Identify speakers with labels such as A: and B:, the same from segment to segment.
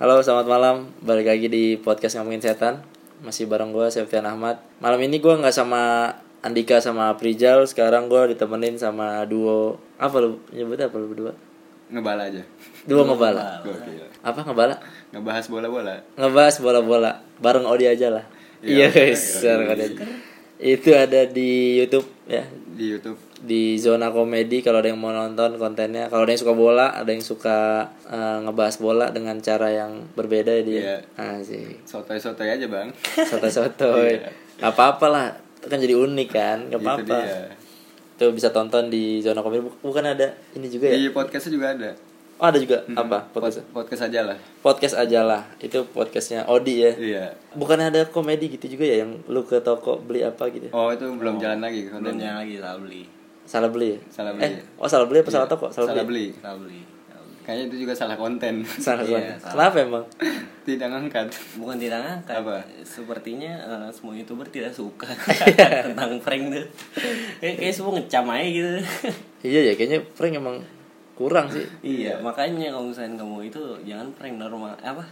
A: Halo, selamat malam. Balik lagi di podcast ngomongin setan. Masih bareng gue Septian Ahmad. Malam ini gue nggak sama Andika sama Prijal. Sekarang gue ditemenin sama duo apa lu nyebutnya apa lu berdua?
B: ngebala aja
A: Duo ngebala.
B: gokil
A: Apa ngebala?
B: ngebahas bola-bola
A: Ngebahas bola-bola bareng Odi aja lah. Iya
B: Iya,
A: guys, bareng Odi aja. Itu ada di YouTube ya
B: di YouTube
A: di zona komedi kalau ada yang mau nonton kontennya kalau ada yang suka bola ada yang suka eh, ngebahas bola dengan cara yang berbeda ya dia
B: Iya.
A: Asik.
B: sotoy-sotoy aja bang
A: soto-sotoy gak apa-apa lah itu kan jadi unik kan gak
B: itu
A: apa-apa
B: Gitu dia
A: itu bisa tonton di zona komedi Buk- bukan ada ini juga ya
B: di podcastnya juga ada
A: oh, ada juga apa podcast
B: Pod- podcast aja lah
A: podcast aja lah itu podcastnya Odi ya
B: iya
A: bukan ada komedi gitu juga ya yang lu ke toko beli apa gitu
B: oh itu belum jalan lagi
C: belum ya.
B: kontennya
C: jalan Iya, lagi salah beli
A: salah beli ya?
B: Salah
A: eh
B: beli.
A: oh salah beli apa salah toko salah, beli,
B: salah beli
C: salah beli salah beli.
B: kayaknya itu juga salah konten
A: salah
C: Iya,
A: beli.
C: salah.
A: kenapa emang
B: tidak ngangkat
C: bukan tidak ngangkat
B: Apa?
C: sepertinya eh, semua youtuber tidak suka tentang prank tuh kayak kayak semua ngecam aja gitu
A: iya ya kayaknya prank emang kurang sih
C: iya makanya kalau misalnya kamu itu jangan prank normal apa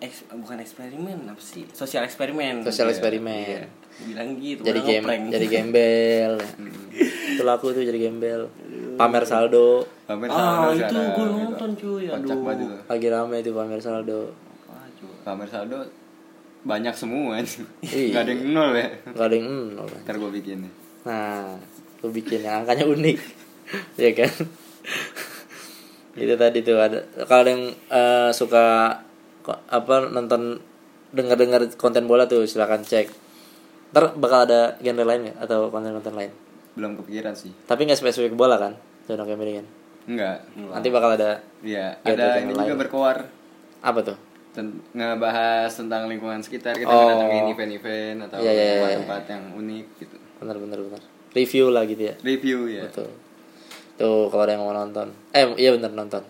C: Eh, eks- bukan eksperimen apa sih sosial eksperimen
A: sosial
C: Iya.
A: eksperimen
C: bilang gitu
A: jadi
C: orang
A: game
C: ngeprank.
A: jadi gembel itu laku tuh jadi gembel pamer saldo
B: pamer saldo
C: ah itu
B: sekarang,
C: gue
B: gitu.
C: nonton cuy
B: kocak
C: aduh
B: banget itu
A: lagi rame itu pamer saldo
C: Ah, cuy.
B: pamer saldo banyak semua
A: Iya.
B: nggak ada yang nol ya
A: nggak ada yang "Hmm, nol."
B: ntar gue bikin nih.
A: nah lu bikin yang angkanya unik ya kan itu tadi tuh ada kalau ada yang eh, suka ko- apa nonton denger dengar konten bola tuh silahkan cek ntar bakal ada genre lain nggak atau konten konten lain
B: belum kepikiran sih
A: tapi nggak spesifik bola kan zona komedi kan
B: enggak
A: nanti bakal ada
B: iya
A: Nggak ada
B: ada
A: yang
B: ini juga
A: lain.
B: berkoar
A: apa tuh
B: Ten- ngebahas tentang lingkungan sekitar kita
A: Oh.
B: ngedatengin event-event atau
A: Iya, iya, iya.
B: tempat-tempat yang unik gitu
A: bener bener bener review lah gitu ya
B: review ya
A: Betul. Tuh kalau ada yang mau nonton. Eh iya bener nonton.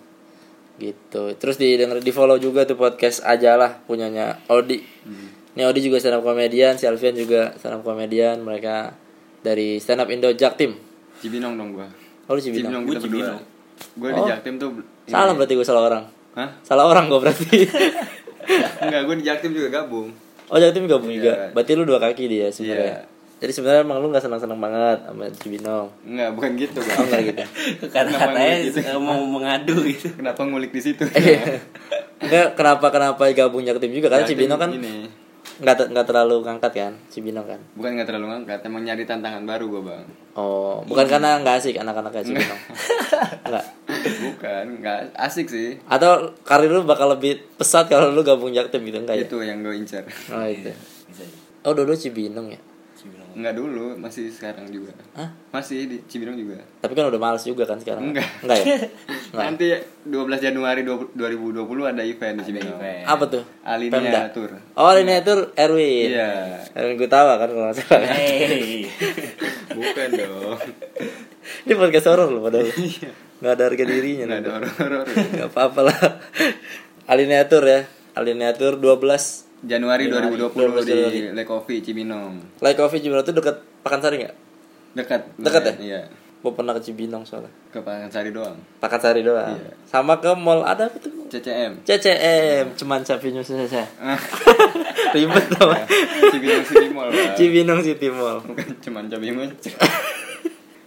A: Gitu. Terus didengar di follow juga tuh podcast ajalah punyanya Odi.
B: Hmm.
A: Ini Odi juga stand up comedian, si Alfian juga stand up comedian. Mereka dari stand up Indo Jaktim.
B: Cibinong dong gua
A: Oh lu Cibinong. Oh.
B: kita
C: Gua
B: berdua
C: Cibinong.
B: gua di Jaktim tuh ini-
A: Salah berarti gue salah orang.
B: Hah?
A: Salah orang gue berarti.
B: enggak gua di Jaktim juga gabung
A: oh Jaktim gabung juga.
B: Iya.
A: Berarti lu dua kaki dia sebenarnya.
B: Iya.
A: Jadi sebenarnya emang lu gak senang-senang banget sama Cibinong.
B: enggak bukan gitu bang
A: Oh enggak gitu.
C: karena
B: Kenapa
C: katanya
B: ngulik gitu?
C: eh, mau mengadu gitu
B: kenapa ngulik di situ
A: Iya. Enggak kenapa kenapa gabung Jaktim juga karena
B: Jaktim
A: Cibinong kan
B: ini
A: nggak ter- nggak terlalu ngangkat kan Cibinong kan
B: bukan nggak terlalu ngangkat emang nyari tantangan baru gua bang
A: oh bukan
B: Iya.
A: karena nggak asik anak-anaknya Cibinong nggak
B: bukan nggak asik sih
A: atau karir lu bakal lebih pesat kalau lu gabung jaktim gitu enggak ya
B: itu Iya, yang gua incar
A: oh itu
C: bisa aja.
A: oh dulu Cibinong ya
C: Cibinong.
B: enggak dulu masih sekarang juga
A: Hah?
B: masih di Cibinong juga
A: tapi kan udah males juga kan sekarang
B: Enggak.
A: enggak ya
C: Nah.
A: Enggak.
B: Nanti 12 Januari 20- 2020 ada event di Cibinong.
C: event.
A: apa tuh Pemda.
B: Alinea Tour.
A: oh Alinea Tour Erwin
B: Iya.
A: Erwin gue tawa kan kalau nggak salah kan?
C: Hey.
B: Bukan dong.
A: ini podcast horor loh padahal nggak ada harga dirinya
B: Enggak
A: nanti.
B: Iya. ada horor.
A: nggak apa-apa lah Alinea Tour ya Alinea Tour 12
B: Januari 2020 di
A: 12
B: Le Coffee Cibinong.
A: Like Coffee Cibinong itu dekat Pakansari nggak?
B: Dekat.
A: Dekat ya?
B: Iya.
A: Gue pernah ke Cibinong soalnya.
B: Ke Pakansari doang.
A: Pakansari doang.
B: Iya.
A: Sama ke mall ada apa tuh?
B: CCM.
A: CCM, cuman capinya saja. Ribet dong.
B: Iya. Cibinong City Mall. Bang.
A: Cibinong City Mall.
B: Bukan cuman Cibinong.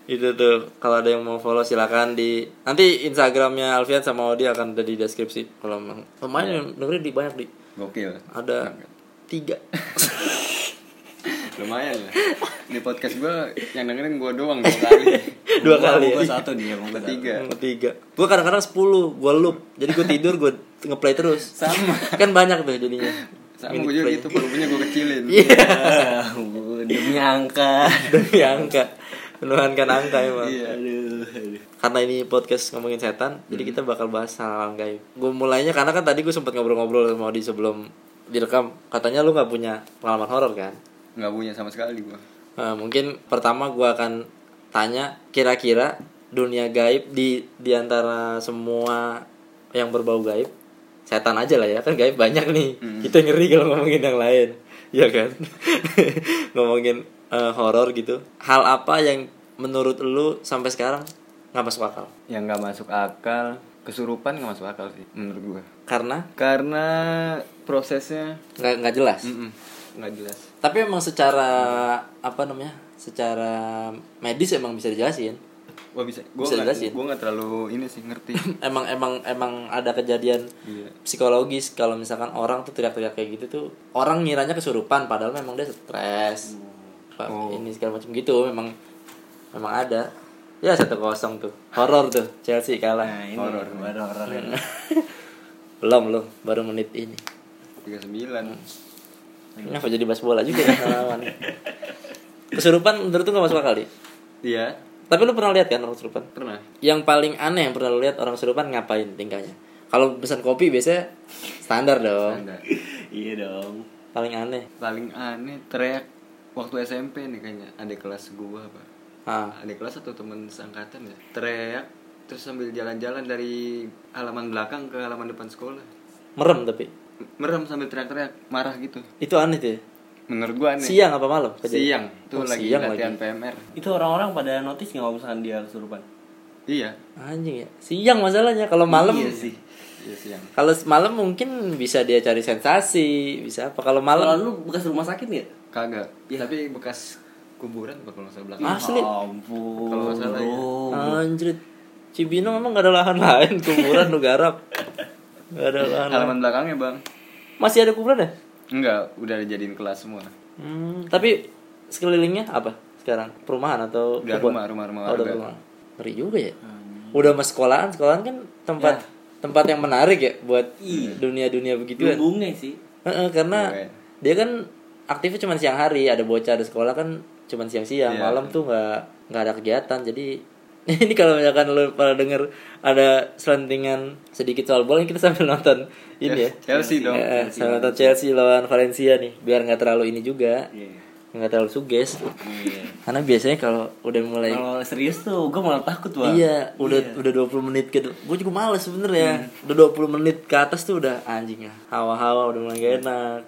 A: Itu tuh kalau ada yang mau follow silakan di nanti Instagramnya Alfian sama Odi akan ada di deskripsi kalau mau. Pemain
B: Iya.
A: yang dengerin di banyak di
B: Gokil.
A: ada tiga
B: Lumayan
C: ya.
B: lah. Di podcast gua yang dengerin gua doang dua kali.
A: dua
C: Gua-
A: kali
C: gua
A: ya.
C: satu dia mau gua satu.
B: Tiga.
A: Yang ketiga gue kadang-kadang 10 gue loop jadi gue tidur gue ngeplay terus
B: Sama.
A: kan banyak tuh jadinya
B: Sama
A: Minute
B: gua juga
A: play.
B: gitu, volumenya gua kecilin.
C: Ah, ampun, demi angka
A: demi angka menuhankan angka emang
B: Iya.
C: aduh, aduh.
A: karena ini podcast ngomongin setan jadi kita bakal bahas hal-hal gaib gue mulainya karena kan tadi gue sempat ngobrol-ngobrol sama Odi sebelum direkam katanya lu nggak punya pengalaman horor kan
B: Enggak punya sama sekali gua.
A: Nah, mungkin pertama gue akan tanya kira-kira dunia gaib di di antara semua yang berbau gaib setan aja lah ya kan gaib banyak nih kita ngeri kalau ngomongin yang lain ya kan ngomongin eh, horor gitu hal apa yang menurut lu sampai sekarang nggak masuk akal
B: yang nggak masuk akal kesurupan nggak masuk akal sih menurut gua
A: karena
B: karena prosesnya
A: nggak nggak jelas
B: mm-mm, nggak jelas
A: tapi emang secara apa namanya secara medis emang bisa dijelasin
B: Wah bisa, gue
A: Bisa
B: gak,
A: dijelasin.
B: gua nggak terlalu ini sih ngerti.
A: emang emang emang ada kejadian
B: Iya.
A: psikologis kalau misalkan orang tuh teriak-teriak kayak gitu tuh orang ngiranya kesurupan padahal memang dia stres
B: Mm.
A: Pak,
B: Oh.
A: ini segala macam gitu memang memang ada ya satu kosong tuh horor tuh Chelsea
C: Nah,
A: kalah
B: iya.
C: ini baru horor ini.
A: belum belum baru menit ini
B: 39 Iya.
A: kenapa jadi bahas bola juga ya lawan kesurupan menurut tuh gak masuk akal Di.
B: Iya,
A: tapi lu pernah lihat kan orang kesurupan
B: pernah.
A: yang paling aneh yang pernah lu lihat orang kesurupan ngapain tingkahnya kalau pesan kopi biasanya standar dong
B: Enggak.
C: iya dong.
A: paling aneh
B: Paling aneh teriak waktu SMP nih kayaknya ada kelas gua apa?
A: ah
B: Ada kelas atau temen seangkatan ya? Teriak terus sambil jalan-jalan dari halaman belakang ke halaman depan sekolah.
A: merem tapi
B: M- Merem sambil teriak-teriak, marah gitu.
A: itu aneh tuh ya?
B: Menurut gua aneh.
A: siang apa malam kejadian?
B: Siang, tuh
A: Oh,
B: lagi
A: siang
B: latihan PMR.
C: Itu orang-orang pada notice nggak kalau misalkan dia kesurupan?
B: Iya.
A: anjing ya siang masalahnya kalau malam
B: Iya sih. Iya siang.
A: kalau malam mungkin bisa dia cari sensasi bisa apa kalau
C: Kalau
A: malam
C: lu bekas rumah sakit ya?
B: Kagak. Iya, Tapi bekas kuburan apa kalau nggak salah belakang.
A: asli
C: Ya Ampun.
B: Kalau nggak salah, iya.
C: bro.
A: anjir Cibinong emang gak ada lahan lain kuburan lu garap gak ada lahan lain.
B: Halaman belakangnya bang.
A: masih ada kuburan ya
B: Enggak, udah dijadiin kelas semua.
A: Hmm, tapi sekelilingnya apa sekarang? Perumahan atau
B: Udah
A: kebun?
B: rumah, rumah, rumah
A: Oh, udah
B: warga. Hmm.
A: rumah. Ngeri juga ya. Udah mas sekolahan, sekolahan kan tempat
B: Ya.
A: tempat yang menarik ya buat dunia-dunia begituan.
C: Bunga sih.
A: Heeh, karena
B: Iya.
A: dia kan aktifnya cuma siang hari, ada bocah ada sekolah kan cuma siang-siang,
B: Iya.
A: malam tuh nggak nggak ada kegiatan. Jadi ini kalau misalkan lo pada denger ada selentingan sedikit soal bola kita sambil nonton ini ya.
B: Chelsea dong.
A: Eh, sambil nonton Chelsea lawan Valencia nih, biar nggak terlalu ini juga
C: Iya.
A: nggak terlalu suges
C: Iya.
A: karena biasanya kalau udah mulai
B: Iya.
C: Kalau serius tuh, gue malah takut bang.
A: iya udah udah 20 menit gitu gue juga males sebenernya udah 20 menit ke atas tuh udah anjingnya hawa-hawa udah mulai gak enak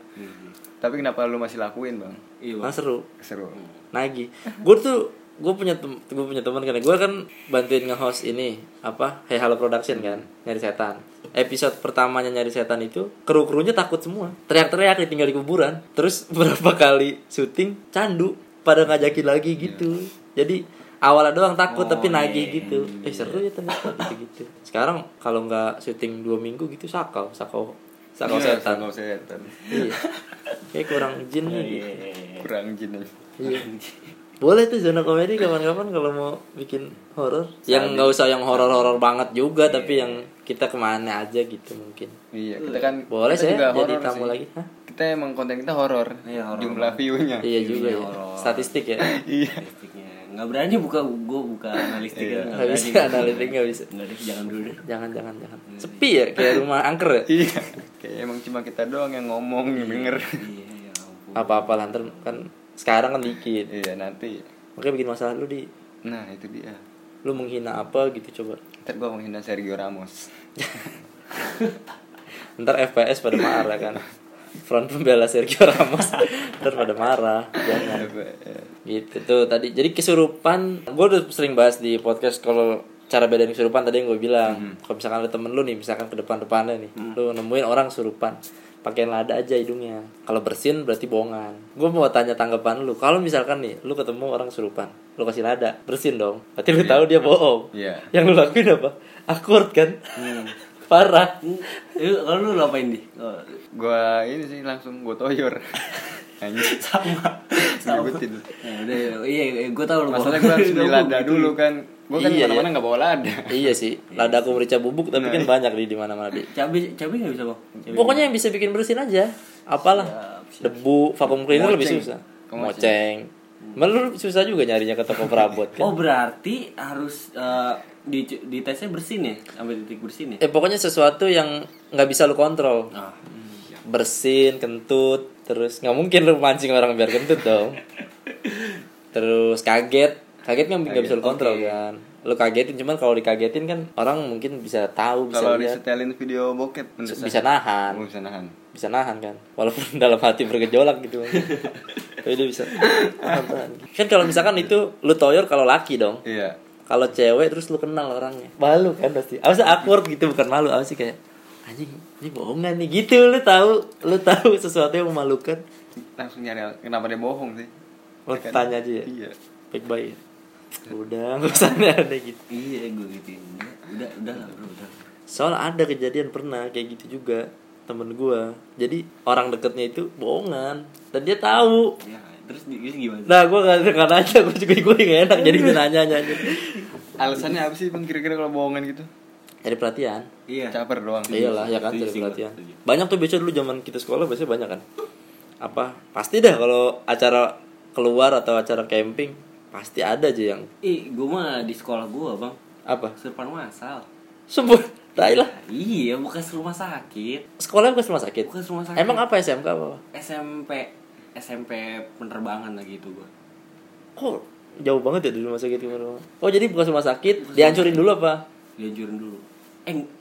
B: Tapi kenapa lu masih lakuin bang?
C: Iya.
A: Malah seru
B: Seru.
A: lagi gue tuh gue punya tem gue punya teman karena gue kan bantuin nge-host ini apa Hey Halo Production kan nyari setan episode pertamanya nyari setan itu kru krunya takut semua teriak-teriak ditinggal di kuburan terus berapa kali syuting candu pada ngajakin lagi gitu
B: Iya.
A: jadi awalnya doang
B: Oh,
A: takut tapi nagih gitu eh seru ya ternyata gitu gitu sekarang kalau nggak syuting dua minggu gitu sakau sakau sakau
B: Iya,
A: setan
B: Sakau Iya, setan.
A: iya kayak kurang jin
C: Iya,
A: nih gitu.
B: Kurang jin aja.
A: Iya. Boleh tuh zona komedi kapan-kapan kalau mau bikin horor. Iya. Yang nggak usah yang horor-horor banget juga, tapi yang kita kemana aja gitu mungkin.
B: Iya, kita kan
A: Boleh
B: kita
A: saya
B: juga
A: jadi
B: horor
A: tamu
B: sih.
A: lagi. Hah?
B: Kita emang konten kita horor.
C: Iya, horor.
B: Jumlah view-nya.
A: Iya juga ya.
C: horor.
A: Statistik ya.
B: Iya.
C: Analistiknya. Nggak berani buka, gue buka analistik
B: Iya.
A: Nggak bisa analitik nggak bisa.
C: Nggak deh, jangan dulu deh.
A: Jangan jangan jangan. Sepi ya kayak rumah angker ya.
B: Iya. Kayak emang cuma kita doang yang ngomong, yang denger.
C: Iya, ya ampun.
A: Apa-apa lantar kan sekarang kan dikit.
B: Iya, nanti.
A: Makanya bikin masalah lu di
B: Nah, itu dia.
A: lu menghina apa gitu coba.
B: Ntar gua menghina Sergio Ramos.
A: Ntar FPS pada marah kan. Front pembela Sergio Ramos ntar pada marah. Jangan.
B: eh,
A: gitu tuh tadi jadi kesurupan gue udah sering bahas di podcast kalau cara bedain kesurupan tadi yang gue bilang kalau misalkan ada temen lu nih misalkan ke depan depannya nih lu nemuin orang kesurupan pakaian lada aja hidungnya kalau bersin berarti bohongan gue mau tanya tanggapan lu kalau misalkan nih lu ketemu orang kesurupan lu kasih lada bersin dong berarti lu tahu dia bohong
B: Iya.
A: yang lu lakuin apa akord kan parah
C: Lu- Hmm, Kalau lu ngapain di? Oh,
B: Gua ini sih langsung gua toyor. Anjir.
C: Sama.
B: Disebutin.
C: Ya, udah, iya, gue tau lu.
B: Masalahnya
C: bohong.
B: gua harus beli lada
C: Gua-
B: dulu kan. Gua kan
A: Iya,
B: mana-mana nggak bawa lada.
A: iya sih lada aku merica bubuk tapi kan banyak di di mana mana di
C: Cabai, cabai nggak bisa bang. Cabai.
A: Pokoknya yang bisa bikin bersin aja. Apalah. Debu, vakum cleaner lebih
B: Moceng.
A: susah. Moceng. Melur susah juga nyarinya ke toko perabot kan.
C: Oh berarti harus eh, di di tesnya bersin ya, sampai titik bersin ya.
A: Eh pokoknya sesuatu yang nggak bisa lu kontrol.
C: Nah,
A: Bersin, kentut, terus nggak mungkin lu mancing orang biar kentut dong. terus kaget, kaget kan nggak bisa lu kontrol kan. Lu kagetin cuman kalau dikagetin kan orang mungkin bisa tahu, bisa
B: Kalau
A: lihat,
B: disetelin video bokep mendesak.
A: bisa nahan.
B: Oh, bisa nahan.
A: bisa nahan kan walaupun dalam hati bergejolak gitu tapi dia bisa nahan, tahan. kan kalau misalkan itu lu toyor kalau laki dong
B: Iya.
A: kalau cewek terus lu kenal orangnya malu kan pasti apa sih awkward gitu bukan malu apa sih kayak anjing ini bohong gak nih gitu lu tahu lu tahu sesuatu yang memalukan
B: langsung nyari al- kenapa dia bohong sih
A: lu
B: Kan?
A: tanya aja ya
B: iya
A: baik baik udah nggak usah ada gitu
C: iya gue gituin udah udah lah bro udah
A: soal ada kejadian pernah kayak gitu juga temen gua jadi orang deketnya itu bohongan dan dia tahu
C: ya terus di- terus gimana
A: nah gua nggak nggak nanya gua juga gue gak enak jadi gue nanya nanya
B: alasannya apa sih bang kira-kira kalau bohongan gitu
A: cari perhatian
C: iya
B: caper doang
A: Iya lah, ya kan
C: Setuju
A: cari
C: sih gua,
A: perhatian.
C: setuju.
A: Banyak tuh biasanya dulu zaman kita sekolah biasanya banyak kan. Apa? Pasti dah kalau acara keluar atau acara camping pasti ada aja yang
C: ih gue mah di sekolah gue bang
A: apa?
C: surpan masal
A: Sembuh. Tai lah.
C: iya bekas rumah sakit
A: Sekolah bukan rumah sakit.
C: bekas rumah sakit
A: Emang apa SMK apa?
C: SMP SMP penerbangan lagi itu gue
A: Kok jauh banget ya dari rumah sakit ke rumah? Oh, jadi bukan rumah sakit, dihancurin dulu apa?
C: dihancurin dulu eh ng-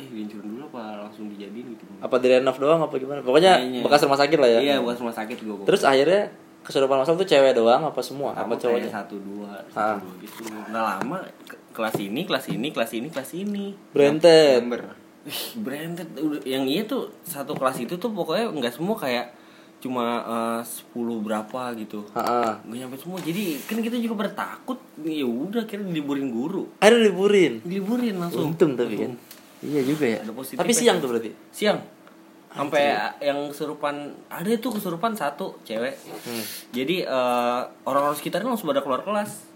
C: eh dihancurin dulu apa langsung dijadiin gitu Bang?
A: Apa direnov doang apa gimana? Pokoknya
C: Kayaknya.
A: bekas rumah sakit lah ya.
C: iya bekas rumah sakit gue
A: Terus akhirnya kesurupan masal tuh cewek doang apa semua? Apa cowoknya?
C: satu dua
A: Ah.
C: satu dua gitu nggak lama ke- kelas ini kelas ini kelas ini kelas ini
A: Brentet.
B: Ember
C: Ih, branded udah- yang iya tuh satu kelas itu tuh pokoknya nggak semua kayak cuma eh, 10 berapa gitu
A: Heeh.
C: nggak nyampe semua jadi kan kita juga bertakut ya udah kira diliburin guru
A: Ada liburin.
C: diliburin langsung
A: Untung tapi kan. Iya juga ya.
C: Ada positif
A: Tapi siang tuh berarti.
C: siang
A: Ah,
C: sampai yang kesurupan ada tuh kesurupan satu cewek
A: Hmm.
C: jadi eh, orang-orang sekitarnya langsung pada keluar kelas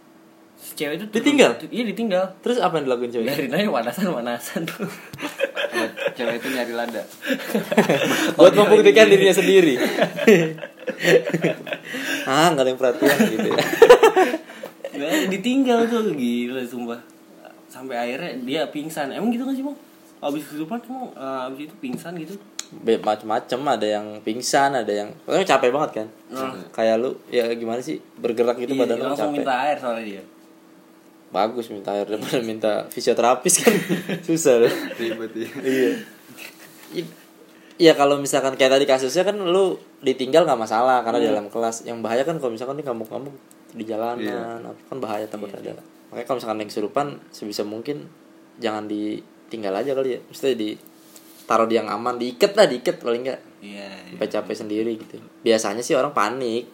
C: Si cewek itu turun-
A: Ditinggal?
C: iya ditinggal
A: Terus apa yang dilakuin cewek?
C: biarin aja panasan panasan tuh
B: Kalau cewek itu nyari lada
A: Buat membuktikan dirinya sendiri. ah, nggak ada yang perhatian gitu ya.
C: Nah, ditinggal tuh gila sumpah sampai akhirnya dia pingsan emang gitu gak sih bang abis kesurupan emang eh, abis itu pingsan gitu
A: Be- Macem-macem ada yang pingsan, ada yang pokoknya capek banget kan.
C: Nah.
A: Kayak lu ya gimana sih bergerak gitu
C: Iya,
A: badan lu
C: langsung
A: capek.
C: minta air soalnya dia
A: Bagus minta air daripada minta fisioterapis kan. Susah loh.
B: ribet ya
A: Iya. Iya kalau misalkan kayak tadi kasusnya kan lu ditinggal nggak masalah karena di dalam kelas. Yang bahaya kan kalau misalkan nih ngamuk-ngamuk di jalanan, apa kan bahaya takut ada. Makanya kalau misalkan yang kesurupan sebisa mungkin jangan ditinggal aja kali ya. Mesti di taruh di yang aman, diikat lah, diikat paling enggak
C: iya iya.
A: sampai capek sendiri gitu. Biasanya sih orang panik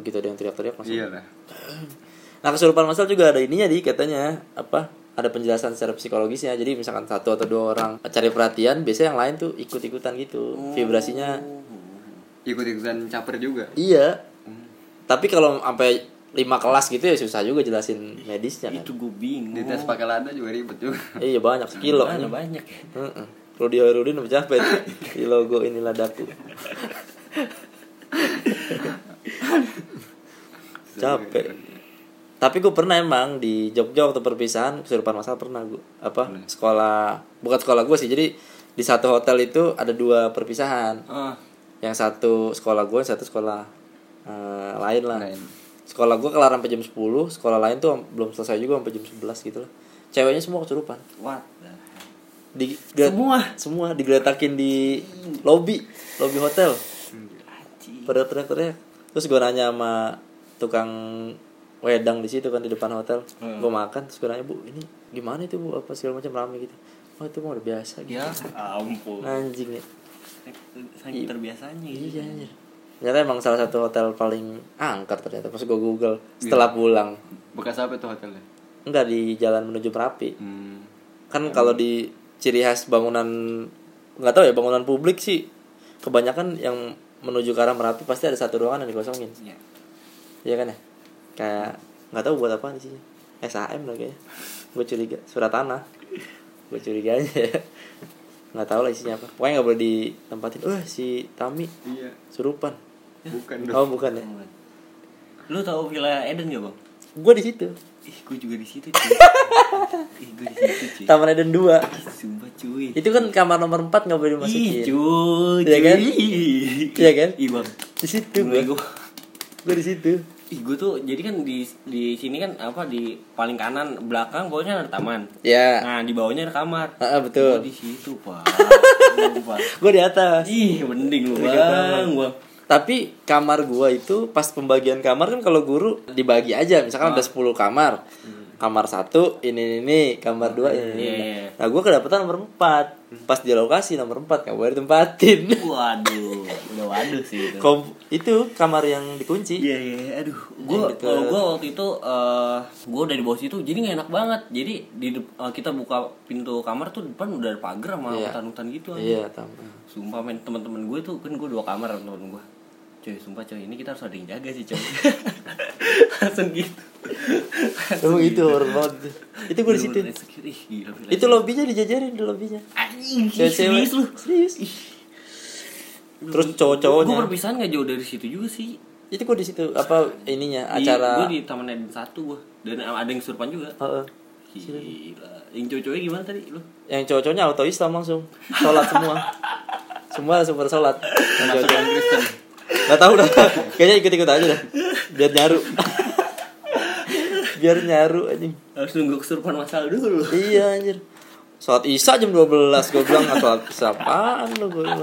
A: begitu ada yang teriak-teriak langsung
B: iya lah
A: Nah kesurupan masal juga ada ininya di katanya apa? Ada penjelasan secara psikologisnya. Jadi misalkan satu atau dua orang cari perhatian, biasanya yang lain tuh ikut-ikutan gitu.
C: Oh.
A: Vibrasinya
B: ikut-ikutan caper juga
A: iya. Tapi kalau sampai lima kelas gitu ya susah juga jelasin medisnya kan.
C: itu gue bingung
B: dites
A: Oh.
B: pakai lada juga ribet juga
A: Iya banyak sekilo.
C: Mana banyak ya
A: Heeh. Rudy Hairudin udah capek tuh. di logo inilah daku. capek. Tapi gue pernah emang di Jogja waktu perpisahan kesurupan masal pernah gue apa sekolah bukan sekolah gue sih jadi di satu hotel itu ada dua perpisahan
C: Ah,
A: yang satu sekolah gue satu sekolah eh, lain lah
B: Lain.
A: sekolah gue kelar sampai jam 10 sekolah lain tuh belum selesai juga sampai jam 11 gitu lah ceweknya semua kesurupan
C: what the hell?
A: di gret-
C: Semua?
A: semua digeletakin di lobby lobby hotel
C: Anjing.
A: pada teriak-teriak terus gue nanya sama tukang wedang di situ kan di depan hotel
C: Hmm.
A: gue makan terus gue nanya bu ini gimana itu bu apa segala macam rame gitu oh itu mah udah biasa gitu
C: ya ampun
A: anjing ya
C: saking terbiasanya gitu
A: iya anjir ternyata emang salah satu hotel paling angker ternyata pas gue google
C: Iya.
A: setelah pulang
B: bekas apa tuh hotelnya
A: enggak di jalan menuju Merapi
B: hmm.
A: kan kalau di ciri khas bangunan nggak tahu ya bangunan publik sih kebanyakan yang menuju ke arah merapi pasti ada satu ruangan yang dikosongin
C: Iya.
A: iya kan ya kayak nggak tahu buat apa sih SHM lagi ya gue curiga surat tanah gue curiga aja ya nggak tahu lah isinya apa pokoknya nggak boleh ditempatin wah si Tami
B: iya
A: surupan
B: bukan dong
A: oh bukan ya
C: lu tahu villa Eden gak bang
A: gue di situ
C: ih gue juga di situ cuy ih gue di situ cuy
A: Taman Eden 2
C: sumpah cuy
A: itu kan kamar nomor 4 nggak boleh
C: Ih,
A: dimasukin
C: cuy,
A: Iya kan?
C: cuy.
A: Iya kan? Iya
C: Ih, bang.
A: di situ
C: Mulai
A: gue
C: gue.
A: gue di situ
C: Ih, gue tuh jadi kan di di sini kan apa di paling kanan belakang bawahnya ada taman.
A: ya
C: Nah, di bawahnya ada kamar.
A: Heeh, Ah, betul.
C: Gua di situ, Pak. Sumpah.
A: gue di atas
C: Ih, mending lu,
A: Tiga Iya, taman.
C: Bang. Gua.
A: Tapi
C: Ah.
A: kamar gua itu pas pembagian kamar kan kalau guru dibagi aja, misalkan ada 10 kamar. kamar satu ini ini, ini kamar dua ini, ini.
C: Hmm. Iya,
A: ini.
C: iya. Hmm.
A: nah gue kedapetan nomor empat pas di lokasi nomor empat nggak boleh ditempatin
C: Iya. Waduh, udah waduh sih itu.
A: Kom- itu kamar yang dikunci
C: Iya iya, iya. aduh.
A: Yang
C: Gua
A: deket.
C: kalau gua waktu itu eh gua dari bawah situ jadi nggak enak banget. Jadi di dep- eh, kita buka pintu kamar tuh depan udah ada pagar sama
A: Iya.
C: hutan-hutan gitu aja.
A: iya tambah
C: Sumpah men teman-teman gue tuh kan gue dua kamar sama temen gue. Cuy, sumpah cuy, ini kita harus ada yang jaga sih, coy. Langsung gitu.
A: Emang
C: Iya.
A: itu horror banget Itu gue di situ.
C: Bener-bener insecure. Ih, gila, gila.
A: Itu lobbynya dijajarin di lobbynya.
C: Anjing,
A: Cewek-cewek.
C: iya. serius lu.
A: Serius. Terus
C: Gue
A: cowok-cowoknya.
C: perpisahan gak jauh dari situ juga sih.
A: Itu gue di situ apa ininya
C: Gue
A: acara.
C: di Taman Eden satu gue dan ada yang surpan juga.
A: Heeh.
C: Gila. Yang cowok-cowoknya gimana tadi lu?
A: Yang cowok-cowoknya auto Islam langsung. Sholat semua. semua super sholat. Yang cowok-cowok.
C: ya?
A: Gak tau dah. Kayaknya ikut-ikut aja dah. Biar nyaru. Biar nyaru anjing.
C: Harus nunggu kesurupan masal dulu.
A: Iya anjir. Sholat Isya jam 12 gue bilang "Ah, sholat Isya apaan lu gue bilang.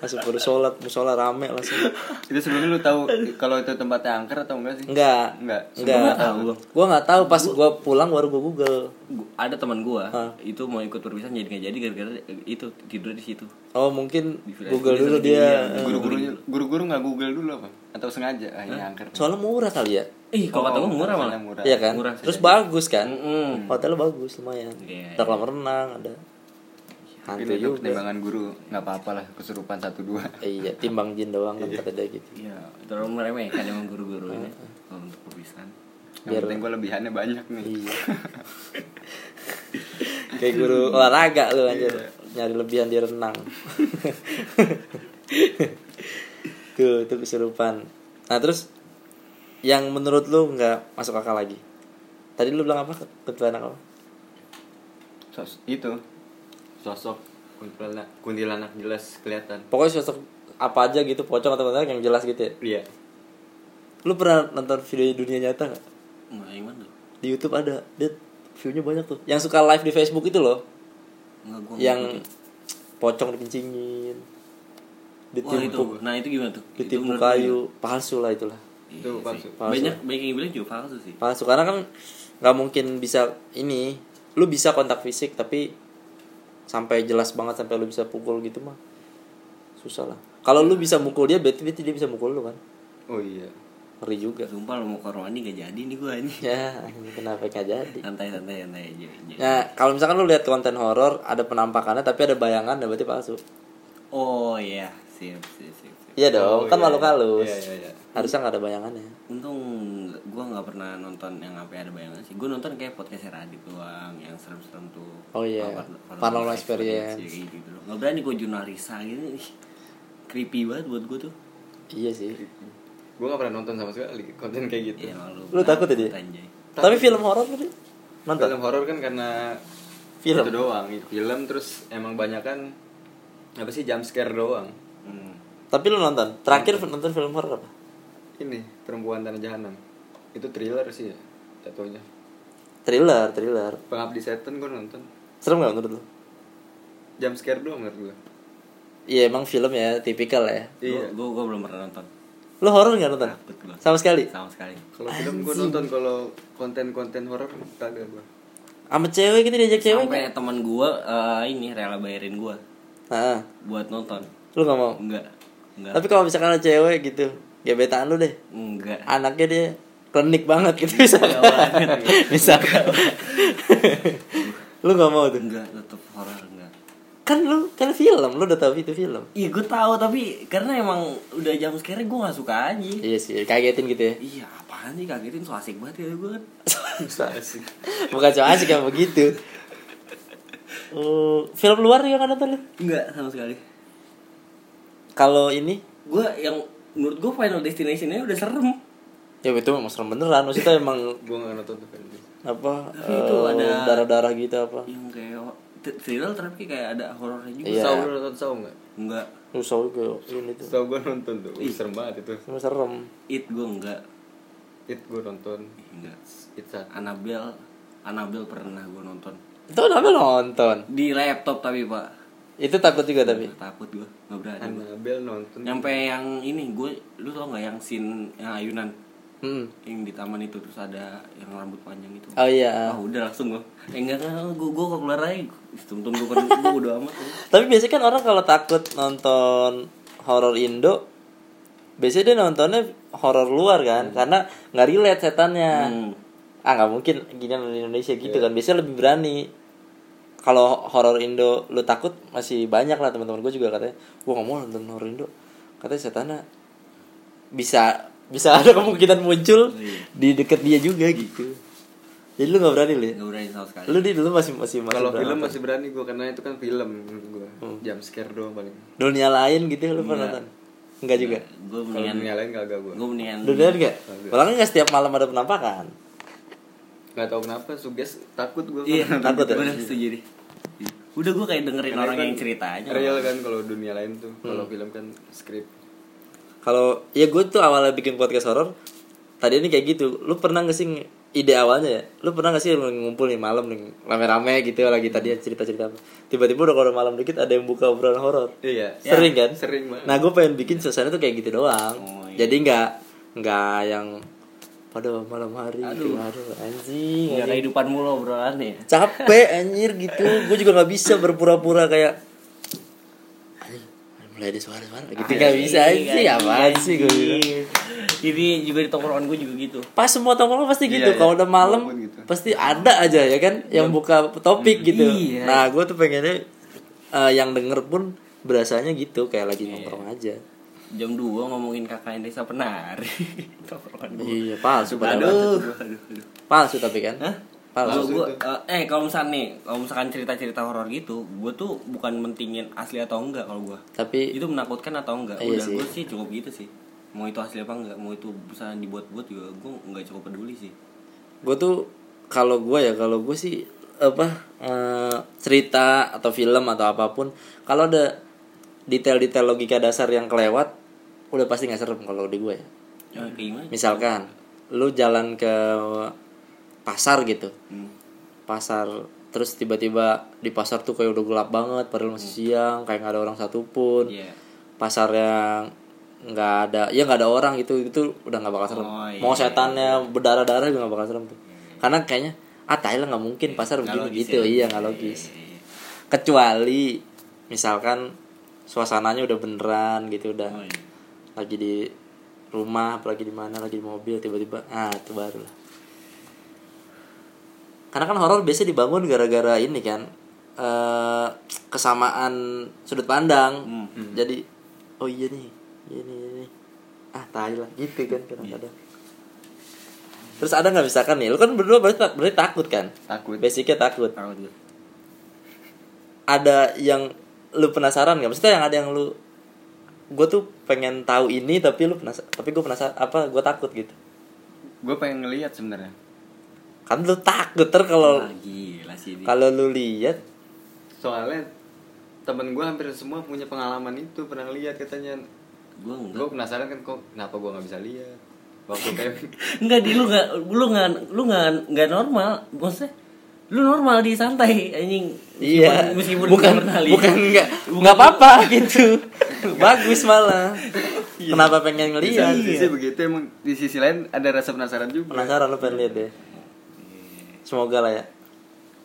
A: Masuk baru sholat, musola rame langsung.
B: itu sebelumnya lu tahu kalau itu tempatnya angker atau enggak sih
A: Enggak.
B: Enggak.
A: Enggak.
C: Sebelumnya tahu lu.
A: Gua nggak tahu pas gua pulang baru gua Google.
C: Gu- ada teman gua
A: Hah.
C: itu mau ikut perpisahan jadi nggak jadi gara-gara itu tidur di situ.
A: Oh, mungkin
C: Di Village
A: Google
C: Village
A: dulu
C: sama
A: dia.
C: dia.
A: Eh,
B: guru-gurunya guru-guru nggak google dulu apa atau sengaja ah ini angker
A: Soalnya murah kali ya.
C: Ih, kalau kata gua murah malah.
B: soalnya murah.
A: Iya kan?
C: Murah sih
A: Terus
C: jadi.
A: bagus kan?
C: Mm-mm.
A: Hotelnya bagus lumayan.
C: Iya,
A: Ada kolam renang, ada hantu
B: tapi itu
A: juga.
B: pertimbangan guru nggak apa-apa lah kesurupan satu dua
A: Eh, Iya, timbang jin doang kan kata dia gitu.
C: Iya, terlalu meremehkan emang guru-guru ini kalau untuk perpisahan.
B: yang penting gue lebihannya banyak nih
A: Iya. Kayak guru olahraga lu anjir.
C: Iya.
A: Nyari lebihan di renang. tuh, itu kesurupan. Nah, terus yang menurut lu nggak masuk akal lagi. Tadi lu bilang apa? Kuntilanak apa?
B: Sos- itu sosok kuntilanak kuntilanak jelas kelihatan
A: Pokoknya sosok apa aja gitu, pocong atau kuntilanak yang jelas gitu ya.
B: iya
A: Lu pernah nonton video dunia nyata nggak?
C: Nah, yang mana? tuh?
A: Di YouTube ada. Dia view-nya banyak tuh. Yang suka live di Facebook itu loh.
C: Nggak gua. nggak
A: yang
C: ngikutin.
A: pocong dikencingin
C: Wah itu,
A: ditimpuk
C: nah itu gimana tuh? Itu ya.
A: ditimpuk
C: menurut
A: kayu palsu lah itulah
C: Iya
B: Itu
C: sih.
B: palsu.
C: Banyak banyak yang bilang juga palsu sih.
A: palsu karena kan nggak mungkin bisa ini lu bisa kontak fisik tapi sampai jelas banget sampai lu bisa pukul gitu mah susah lah kalau lu bisa mukul dia berarti berarti dia bisa mukul lu kan
B: oh iya
A: ngeri juga
C: Sumpah lu mau korban ini gak jadi nih gua ini.
A: ya kenapa nggak jadi
C: Santai santai santai aja. aja.
A: ya kalau misalkan lu lihat konten horor ada penampakannya tapi ada bayangan ya berarti palsu
C: Oh iya, sip sip sip. sip.
A: iya dong
B: Oh,
A: kan
B: iya,
A: makhluk halus
B: iya, iya, iya.
A: harusnya nggak ada bayangannya
C: Untung gua nggak pernah nonton yang apa ada bayangan sih. Gua nonton kayak podcast Radit doang yang serem-serem tuh.
A: Oh, iya.
C: Apa- apa-
A: Paranormal
C: apa-
A: Experience.
C: ya, kayak gitu loh. Nggak berani gua jurnalisa gitu. Ih, Creepy banget buat gua tuh.
A: iya sih
B: gue gak pernah nonton sama sekali konten kayak gitu
C: Iya malu.
A: Lu takut ya dia?
C: Anjay.
A: Tapi film horor kan nonton.
B: film horor kan karena
A: Film.
B: itu doang film terus emang banyak kan apa sih jump scare doang
C: Hmm.
A: Tapi lu nonton. Terakhir nonton film horor apa?
B: ini perempuan tanah jahanam itu thriller sih ya jatuhnya
A: Thriller, thriller.
B: pengabdi setan gue nonton
A: Serem gak menurut lu?
B: jump scare doang menurut gue
A: Iya emang film ya, tipikal ya.
B: iya
C: Gua, gua, gua belum pernah nonton.
A: Lu horor gak nonton?
C: Takut gua.
A: Sama sekali.
C: Sama sekali.
B: kalau film gue nonton kalau konten-konten horor kagak gue
A: Sama cewek gitu diajak cewek.
C: Sampai teman gua eh, ini rela bayarin gua
A: Heeh.
C: buat nonton.
A: Lu gak mau.
C: Enggak. Enggak.
A: Tapi kalau misalkan ada cewek gitu, gebetan lu deh.
C: Enggak.
B: Ya.
A: Anaknya dia klinik banget gitu bisa.
B: gitu.
A: bisa. lu gak mau tuh.
C: Enggak, tetap horor enggak.
A: Kan lu kan film, lu udah tahu itu film.
C: Iya gue tahu tapi karena emang udah jam sekarang gue gak suka aja.
A: Iya sih, kagetin gitu ya.
C: Iya apaan sih kagetin so asik banget ya gue kan.
A: Bukan cuma asik yang begitu. Oh, film luar juga kan nonton lu?
C: Enggak sama sekali.
A: Kalau ini
C: Gue yang menurut gue Final Destination-nya udah serem.
A: ya itu memang serem beneran maksudnya emang
B: gue gak nonton tuh film itu.
A: apa
C: Tapi itu
A: eh,
C: ada-
A: darah-darah gitu apa
C: Yang kayak th- thriller tapi kayak ada horornya juga.
A: Iya.
B: Saw lu nonton Saw nggak?
C: Enggak.
A: susah juga ini tuh
B: Saw gue nonton tuh, Ih, serem banget itu
A: Cuma serem
C: It gue enggak.
B: It gue nonton,
C: Enggak.
B: It satu
C: Annabelle Annabelle pernah gue nonton.
A: itu kenapa nonton
C: Di laptop tapi pak.
A: itu takut juga tapi
C: Takut gue nggak berani.
B: Annabelle nonton
C: Nyampe yang ini gue lu tau nggak yang scene yang ayunan?
A: Hmm.
C: yang di taman itu terus ada yang rambut panjang itu
A: Oh iya.
C: ah udah langsung gua eh, enggak enggak gua gua keluar aja tuntun gua pada gua udah amat gua.
A: Tapi biasanya kan orang kalau takut nonton horor Indo, biasanya dia nontonnya horor luar kan, karena nggak relate setannya.
C: Hmm.
A: Ah nggak mungkin gini di Indonesia gitu kan, biasanya lebih berani. Kalau horor Indo lu takut masih banyak lah teman-teman gue juga katanya, gua nggak mau nonton horor Indo, katanya setannya bisa bisa ada kemungkinan muncul di deket dia juga gitu. Jadi lu nggak berani lu ya?
C: nggak berani sama sekali
A: Lu di dulu masih masih masih
B: Kalau
A: berani
B: film
A: nonton.
B: masih berani gue karena itu kan film menurut gue. Jam scare doang paling.
A: dunia lain gitu lu pernah nonton? Enggak juga.
C: gua
B: Kalau
C: mendingan
B: dunia lain gak gak gue.
C: gua mendingan
A: Dunia lain enggak? Malah enggak setiap malam ada penampakan.
B: Gak tau kenapa suges takut gue.
C: iya
A: Takut ya?
C: gua udah setuju deh udah gua kayak dengerin orang yang cerita aja
B: Real kan kalau dunia lain tuh. Kalau film kan skrip.
A: Kalau ya gue tuh awalnya bikin podcast horor, tadi ini kayak gitu. Lu pernah nggak sih nge- ide awalnya ya? Lu pernah nggak sih ngumpul nih malam nih rame-rame gitu lagi tadi ya cerita-cerita apa. Tiba-tiba udah kalau malam dikit ada yang buka obrolan horor.
B: Iya.
A: Sering kan?
B: Sering banget.
A: Nah, gue pengen bikin suasana tuh kayak gitu doang.
C: Oh, iya.
A: Jadi nggak nggak yang pada malam hari gitu. Aduh, anjing.
C: nggak Iya, ada hidupan mulu obrolan ya
A: capek anjir gitu gue juga nggak bisa berpura-pura kayak "Anjing, mulai ada suara-suara gitu nggak bisa
C: Iya,
A: sih apaan sih gue
C: ini iya. juga di tongkrongan gue juga gitu
A: pas semua tongkrongan pasti gitu
B: iya.
A: kalau udah malam
B: Walaupun gitu.
A: pasti ada aja ya kan yang buka topik gitu
C: Iya.
A: nah gue tuh pengennya eh, yang denger pun berasanya gitu kayak lagi nongkrong aja
C: jam 2 ngomongin kakak desa penari tongkrongan gue
A: iya palsu pada
C: aduh aduh aduh
A: palsu tapi kan
C: Hah?
A: palsu
C: Kalau gua, eh kalau misalnya nih, kalau misalkan cerita-cerita horor gitu, gue tuh bukan mentingin asli atau enggak kalau gua.
A: tapi
C: Itu menakutkan atau enggak?
A: Iya
C: Udah
A: sih.
C: gue sih cukup gitu sih. Mau itu asli apa enggak, mau itu misalnya dibuat-buat juga gue enggak cukup peduli sih.
A: gue tuh kalau gue ya kalau gue sih apa eh, cerita atau film atau apapun kalau ada detail-detail logika dasar yang kelewat udah pasti nggak serem kalau di gue ya
C: Ya kayak gimana?
A: Iya. misalkan lu jalan ke pasar gitu pasar terus tiba-tiba di pasar tuh kayak udah gelap banget padahal masih siang kayak nggak ada orang satupun
C: Iya.
A: pasar yang nggak ada ya nggak ada orang itu itu udah nggak bakal serem
C: Oh, iya.
A: mau setannya berdarah darah juga nggak bakal serem tuh karena kayaknya ah Thailand nggak mungkin pasar
C: Iya, nggak
A: begini
C: logis
A: gitu
C: ya.
A: iya nggak logis kecuali misalkan suasananya udah beneran gitu udah
C: Oh, iya.
A: lagi di rumah apalagi di mana lagi di mobil tiba-tiba ah itu baru lah karena kan horor biasanya dibangun gara-gara ini kan eh, kesamaan sudut pandang jadi oh iya nih iya nih, iya nih. ah tai lah gitu kan kadang-kadang terus ada nggak misalkan nih lu kan berdua berarti, berarti takut kan
B: Takut.
A: basicnya takut
C: Takut gue.
A: ada yang lu penasaran nggak maksudnya yang ada yang lu gue tuh pengen tahu ini tapi lu penasaran tapi gue penasaran apa gue takut gitu
B: Gue pengen ngelihat sebenarnya.
A: kan lu takut ter kalau
C: Ah, gila sih ini.
A: kalau lu lihat
B: Soalnya temen gue hampir semua punya pengalaman itu pernah lihat katanya.
C: Gue enggak.
B: Gue penasaran kan kok kenapa gue nggak bisa lihat. Waktu kayak
C: Enggak di lu enggak lu enggak lu enggak enggak normal. Maksudnya lu normal di santai anjing.
A: iya
C: Meskipun, meskipun
A: bukan
C: pernah lihat.
A: bukan nggak nggak apa-apa gitu bagus malah
C: Iya.
A: kenapa pengen
B: Di satu
A: ngelihat
B: sisi begitu emang di sisi lain ada rasa penasaran juga.
A: penasaran lu pengen lihat deh
C: Iya.
A: semoga lah ya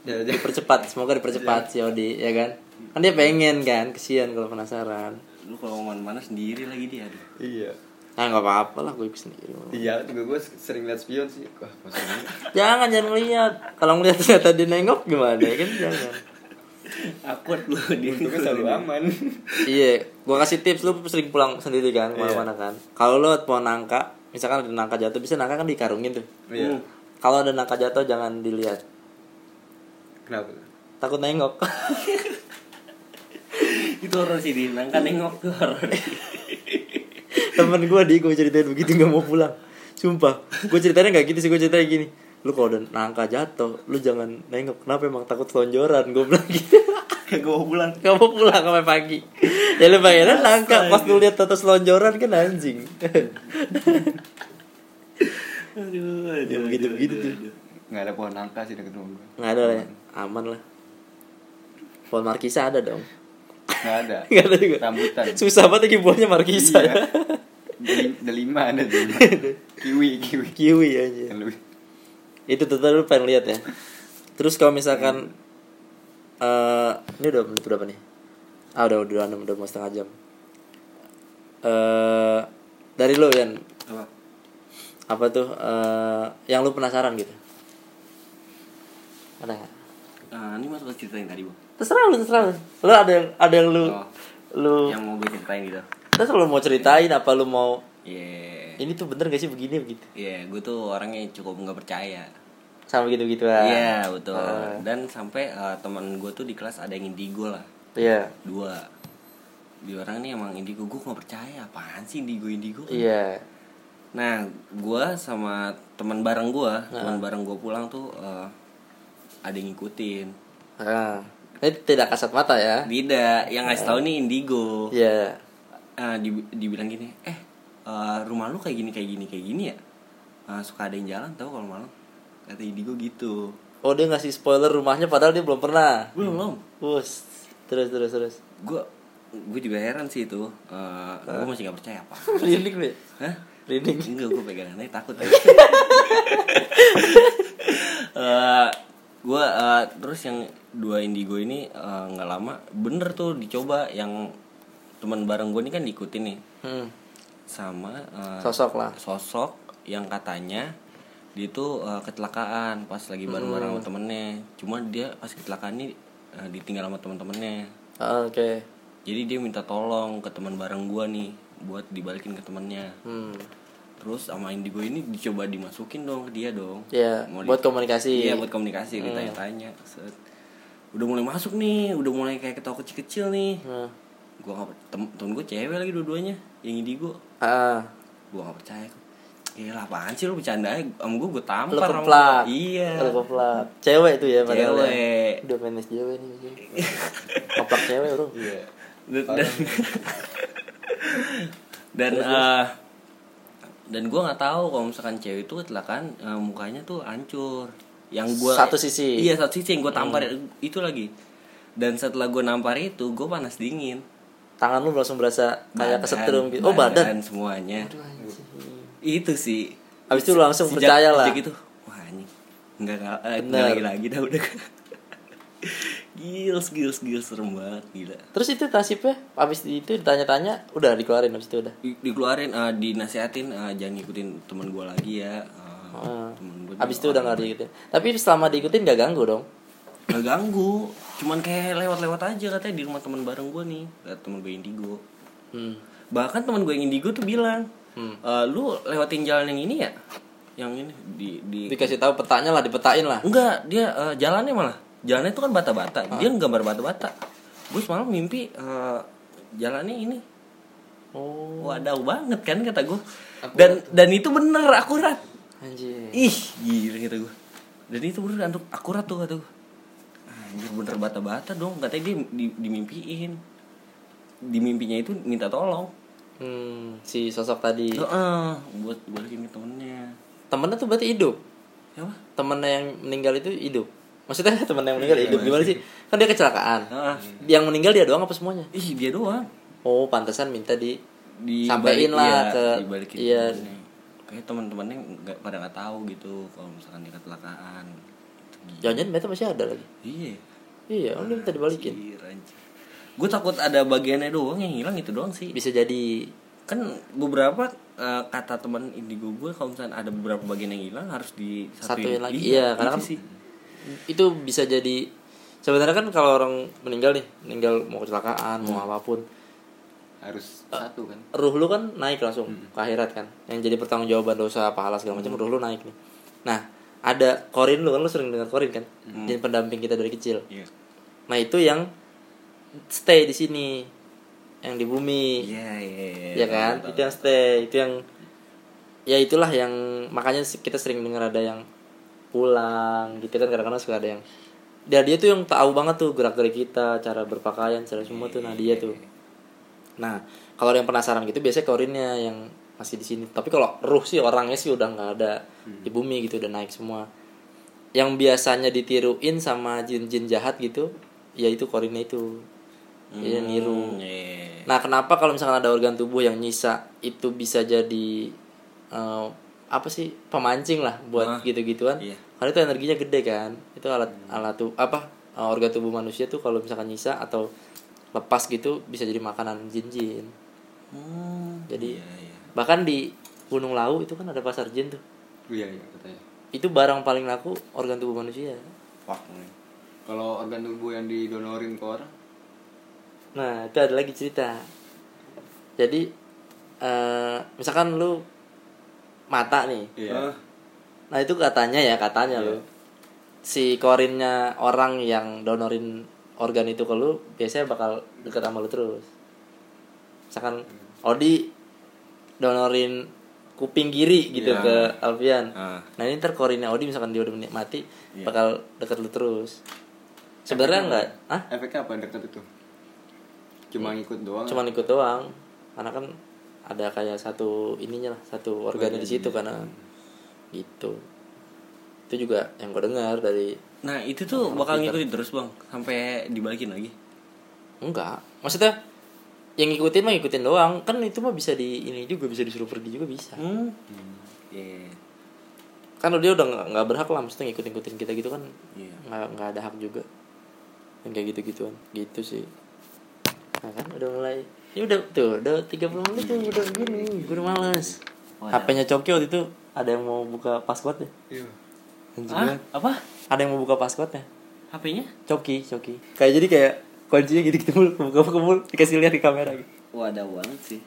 B: Ya, ya.
A: dipercepat semoga
C: Iya.
A: dipercepat si Odi ya kan kan dia pengen kan kesian kalau penasaran
C: Lu kalau ngomong mana sendiri lagi dia aduh.
B: Iya.
A: ah nggak apa-apa lah gue ikut sendiri
B: Iya, juga gue sering lihat spion sih. Wah, maksudnya.
A: Jangan jangan ngeliat. Kalau ngeliat ternyata dia nengok gimana ya kan jangan.
C: Awkward lu dia.
B: Untungnya kan selalu aman.
A: iya, gua kasih tips lu sering pulang sendiri kan kemana-mana kan. Kalau lu pohon nangka, misalkan ada nangka jatuh, bisa nangka kan dikarungin tuh.
B: Iya.
C: Uh.
A: Kalau ada nangka jatuh jangan dilihat.
B: Kenapa?
A: Takut nengok.
C: itu horor sih di nangka nengok tuh horor
A: Temen gua di gua ceritain begitu nggak mau pulang. Sumpah, gua ceritanya nggak gitu sih, gua ceritanya gini. Lu kalau ada nangka jatuh, lu jangan nengok. Kenapa emang takut selonjoran? Gua bilang gitu.
C: kayak gue bulan
A: Gak mau pulang sampai pagi Ya lu bayangin langka Pas lu liat tato selonjoran kan anjing Iya,
C: aduh
A: Ya
C: aduh
A: begitu-begitu tuh
B: Nggak ada pohon nangka sih deket rumah gue.
A: Gak ada lah ya Aman lah Pohon markisa ada dong
B: Nggak ada.
A: Gak ada juga
B: Rambutan.
A: Susah banget lagi buahnya markisa ya
B: Ada lima ada lima. kiwi kiwi.
A: Kiwi aja.
B: Yang lebih.
A: Itu tuh lu pengen lihat ya. Terus kalau misalkan eh ini udah menit berapa nih? Ah udah udah enam udah mau setengah jam. Eh dari lu Yan
B: Apa?
A: apa tuh eh yang lu penasaran gitu? Ada nggak?
C: Nah, ini masuk ke cerita yang tadi, Bang.
A: Terserah lu terserah lu. Lu ada yang ada yang lu
B: Oh.
A: lu
C: Yang mau gue ceritain gitu.
A: terus lu mau ceritain apa lu mau
C: Iya.
A: ini tuh bener gak sih begini begitu
C: Iya, gue tuh orangnya cukup nggak percaya.
A: sama gitu gitu
C: Iya,
A: lah.
C: betul.
A: Ah.
C: Dan sampai eh, teman gue tuh di kelas ada yang indigo lah.
A: Iya.
C: Dua. Di orang nih emang indigo gue nggak percaya. Apaan sih indigo indigo?
A: Iya.
C: Nah, gue sama teman bareng gue, teman bareng gue pulang tuh eh, ada yang ngikutin.
A: Ah. Ini tidak kasat mata ya.
C: Tidak, yang ngasih tahu nih indigo.
A: Iya.
C: Eh, di- dibilang gini, eh eh, rumah lu kayak gini kayak gini kayak gini ya? Eh, suka ada yang jalan tau kalau malam. Kata indigo gitu.
A: Oh dia ngasih spoiler rumahnya padahal dia belum pernah.
C: Belum belum.
A: Wus. Terus terus terus.
C: gue gue juga heran sih itu Eh, gue masih nggak percaya apa
A: Rinding deh.
C: Hah?
A: Rinding.
C: enggak gue pegangan aja takut Eh, aja gue eh, terus yang dua indigo ini eh, nggak lama bener tuh dicoba yang teman bareng gue ini kan diikutin nih
A: Hmm.
C: sama eh,
A: Sosok lah.
C: sosok yang katanya dia tuh eh, kecelakaan pas lagi bareng-bareng sama temennya cuma dia pas kecelakaan ini eh, ditinggal sama temen-temennya
A: Ah, Oke.
C: jadi dia minta tolong ke teman bareng gua nih buat dibalikin ke temannya
A: Hmm.
C: terus sama indigo ini dicoba dimasukin dong ke dia dong
A: Iya.
C: Mau di-
A: Buat komunikasi. Mm.
C: iya buat komunikasi ditanya-tanya Set. udah mulai masuk nih udah mulai kayak ketawa kecil-kecil nih
A: Hmm.
C: gua nggak per- tem- temen gua cewek lagi dua-duanya yang indigo
A: Ah.
C: gua nggak percaya Gila apaan sih lu bercanda aja sama gua gua tampar
A: Lu
C: sama gua.
A: keplak.
C: iya
A: Kalau keplak. Cewek tuh ya padahal. ya.
C: Cewek.
A: Udah manis cewek nih. cuy. Keplak cewek bro.
B: Iya.
C: dan dan, dan eh, dan gue nggak tahu kalau misalkan cewek itu kecelakaan eh, mukanya tuh hancur yang gua
A: Satu sisi. Hmm.
C: iya satu sisi yang gue tampar itu lagi dan setelah gue nampar itu gue panas dingin
A: Tangan lu langsung berasa kayak
C: Badan,
A: kesetrum gitu. Oh badan.
C: semuanya itu sih
A: Abis itu lu langsung
C: Sejak-
A: percaya lah.
C: sejak itu wah anjing nggak
A: Bener.
C: lagi lagi dah udah gils gils gils serem banget gila
A: Terus itu nasibnya abis itu ditanya-tanya udah dikeluarin abis itu udah.
C: Di- dikeluarin eh, dinasehatin eh, jangan ngikutin temen gue lagi ya Eh,
A: Hmm.
C: temen gua
A: Abis
C: juga
A: itu udah
C: orang-
A: gak diikutin. Tapi selama diikutin gak ganggu dong.
C: nggak ganggu cuman kayak lewat-lewat aja katanya di rumah teman bareng gue nih Eh, temen gue indigo
A: Hmm.
C: bahkan teman gue yang indigo tuh bilang "Eh, lu lewatin jalan yang ini ya yang ini di di
A: Dikasih tahu petanya lah, dipetain lah.
C: enggak dia eh, jalannya malah jalannya itu kan bata-bata dia gambar bata-bata gue semalam mimpi eh, jalannya ini
A: Oh,
C: wadaw banget kan kata gue dan dan itu bener akurat
A: anjir.
C: Ih, gila kata gue. Dan itu bener untuk akurat tuh kata gue. Anjir bener bata-bata dong, katanya dia di- dimimpiin. Di mimpinya itu minta tolong.
A: Hmm, si sosok tadi.
C: Heeh, buat balikin ke temennya.
A: Temennya tuh berarti hidup.
C: Siapa?
A: Temennya yang meninggal itu hidup. Maksudnya temennya yang meninggal hidup gimana sih? Kan dia kecelakaan.
C: Heeh.
A: Yang meninggal dia doang apa semuanya?
C: Ih, dia doang.
A: Oh, pantesan minta di
C: Di
A: Sampein lah ke-
C: dibalikin
A: iya.
C: temennya. Kayak teman-temannya nggak pada nggak tahu gitu kalau misalkan dia kecelakaan. Gitu.
A: jangan-jangan mereka masih ada lagi.
C: Iya.
A: Iya, oh, dia minta dibalikin.
C: Gue takut ada bagiannya doang yang hilang itu doang sih.
A: Bisa jadi
C: kan beberapa eh, kata teman indigo gue kalau misalnya ada beberapa bagian yang hilang harus
A: satuin
C: disatuin
A: lagi. Iya, karena kan
C: itu sih.
A: itu bisa jadi sebenarnya kan kalau orang meninggal nih, meninggal mau kecelakaan, mau apapun,
B: Harus satu kan.
A: ruh lu kan naik langsung ke akhirat kan yang jadi pertanggungjawaban dosa pahala segala macam ruh lu naik nih nah ada korin lu kan lu sering dengar korin kan jadi pendamping kita dari kecil
C: Iya.
A: nah itu yang stay di sini yang di bumi
C: Iya, iya, iya.
A: ya kan
C: Tahu,
A: itu yang stay itu yang ya itulah yang makanya se- kita sering dengar ada yang pulang gitu kan kadang-kadang suka ada yang dia dia tuh yang tahu banget tuh gerak gerik kita cara berpakaian cara semua tuh nah dia tuh nah kalau ada yang penasaran gitu biasanya korinnya yang masih di sini tapi kalau ruh sih orangnya sih udah nggak ada di bumi gitu udah naik semua yang biasanya ditiruin sama jin-jin jahat gitu ya itu korinnya itu
C: tahu.
A: Iya, niru.
C: Hmm, Iya.
A: Nah, kenapa kalau misalkan ada organ tubuh yang nyisa itu bisa jadi eh, apa sih pemancing lah buat
C: Ah,
A: gitu-gituan?
C: iya. Hmm.
A: Karena itu energinya gede kan. Itu alat alat tuh apa eh, organ tubuh manusia tuh kalau misalkan nyisa atau lepas gitu bisa jadi makanan jin-jin.
C: Hmm,
A: Jadi-
C: iya, iya.
A: Bahkan di Gunung Lawu itu kan ada pasar jin tuh.
B: Iya iya katanya.
A: Itu barang paling laku organ tubuh manusia.
C: Fuck, man.
B: Kalau organ tubuh yang didonorin ke orang,
A: Nah, itu ada lagi cerita. Jadi eh misalkan lu mata nih.
B: iya.
C: Hah?
A: Nah itu katanya ya
C: Iya.
A: katanya lo Si korinnya orang yang donorin organ itu ke lu Biasanya bakal deket sama lu terus Misalkan
C: Hmm.
A: Odi donorin kuping kiri gitu
C: Ya.
A: ke Alfian
C: Ah.
A: Nah ini ntar korinnya Odi misalkan dia udah men- mati
C: Iya.
A: Bakal deket lu terus Sebenarnya
B: Efeknya
A: enggak
B: apa?
A: Hah?
B: Efeknya apa dekat itu? Cuma ngikut doang.
A: Cuman ikut doang Karena kan ada kayak satu ininya lah Satu organnya di situ karena Gitu Itu juga yang gue dengar dari
C: Nah itu tuh bakal ngikutin terus bang sampai dibalikin lagi.
A: Enggak. Maksudnya yang ngikutin mah ngikutin doang. Kan itu mah bisa di ini juga bisa disuruh pergi juga bisa.
C: Hmm. Iya.
A: Kan dia udah nggak- nggak berhak lah maksudnya ngikut-ngikutin kita gitu kan.
C: Iya.
A: Nggak nggak ada hak juga. Yang kayak gitu-gituan. Gitu sih. Nah kan udah mulai. Ya udah tuh, udah 30 menit tuh udah gini, gue udah males.
C: Wadah.
A: HP-nya Coki waktu itu ada yang mau buka passcode ya?
B: Iya.
A: Anjing
C: Ah,
A: banget.
C: apa?
A: Ada yang mau buka passcode-nya?
C: HP-nya?
A: Coki, Coki. Kayak jadi kayak kuncinya gitu-gitu mulu, buka-buka mulu, dikasih lihat di kamera gitu.
C: Wadah banget sih.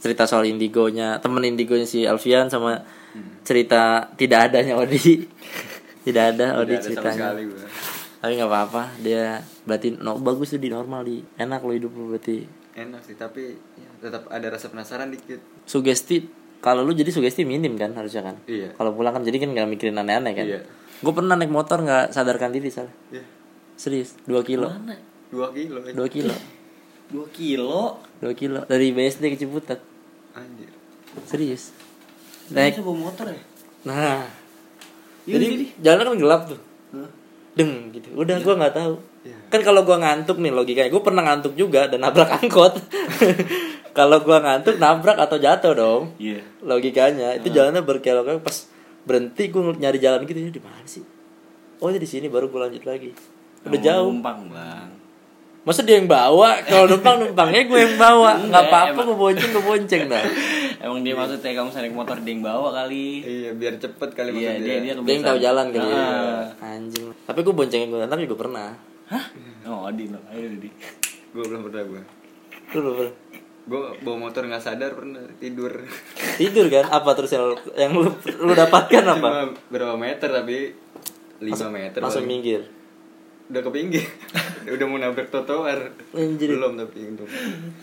A: cerita soal indigonya temen indigonya si Alfian sama
B: Hmm.
A: cerita tidak adanya Odi tidak ada Odi
B: Tidak ada sama
A: ceritanya
B: sekali gue.
A: tapi nggak apa-apa dia berarti no, bagus tuh di normal di enak lo hidup lo berarti
B: Enak sih tapi ya, tetap ada rasa penasaran dikit.
A: sugesti kalau lu jadi sugesti minim kan harusnya kan
B: Iya.
A: kalau pulang kan jadi kan nggak mikirin aneh-aneh kan
B: Iya.
A: gue pernah naik motor nggak sadarkan diri salah
B: Ya.
A: serius 2 kilo
C: Mana?
B: Dua kilo. aja.
A: 2 kilo
C: 2 kilo.
A: 2 kilo dari BSD ke Ciputat
B: Anjir.
A: serius
C: Naik
A: naik
C: bawa motor ya?
A: nah
C: Iya,
A: jadi jalan kan gelap tuh deng gitu udah
C: Iya.
A: gua nggak tahu kan kalau gua ngantuk nih logikanya gua pernah ngantuk juga dan nabrak angkot kalau gua ngantuk nabrak atau jatuh dong
C: Iya.
A: logikanya itu jalannya berkelok-kelok pas berhenti gua nyari jalan gitu ini di mana sih oh ini di sini baru gua lanjut lagi udah
C: Ngomong
A: jauh
C: Numpang bang.
A: masa dia yang bawa kalau numpang numpangnya gue yang bawa nggak
C: Iya,
A: apa-apa
C: emang.
A: gue bonceng gue bonceng dah Iya.
C: Emang dia maksudnya kamu naik motor dia yang bawa kali.
B: Iya biar cepet kali
C: Iya
B: maksudnya.
C: dia dia
A: dia yang tahu
C: kebiasaan.
A: jalan kali ya.
C: Ah.
A: anjing tapi gue boncengin gue nanti juga pernah
C: Hah? Oh Odin loh. Ayo Odin.
B: Gue belum pernah gue.
A: lu lu- lu.
B: Gue bawa motor nggak sadar pernah tidur.
A: tidur kan apa terus yang, yang lu, lu dapatkan apa
B: Cuma berapa meter tapi lima meter.
A: langsung
B: paling.
A: minggir
B: Udah ke pinggir. udah mau nabrak trotoar.
A: Anjir.
B: Belum tapi untung.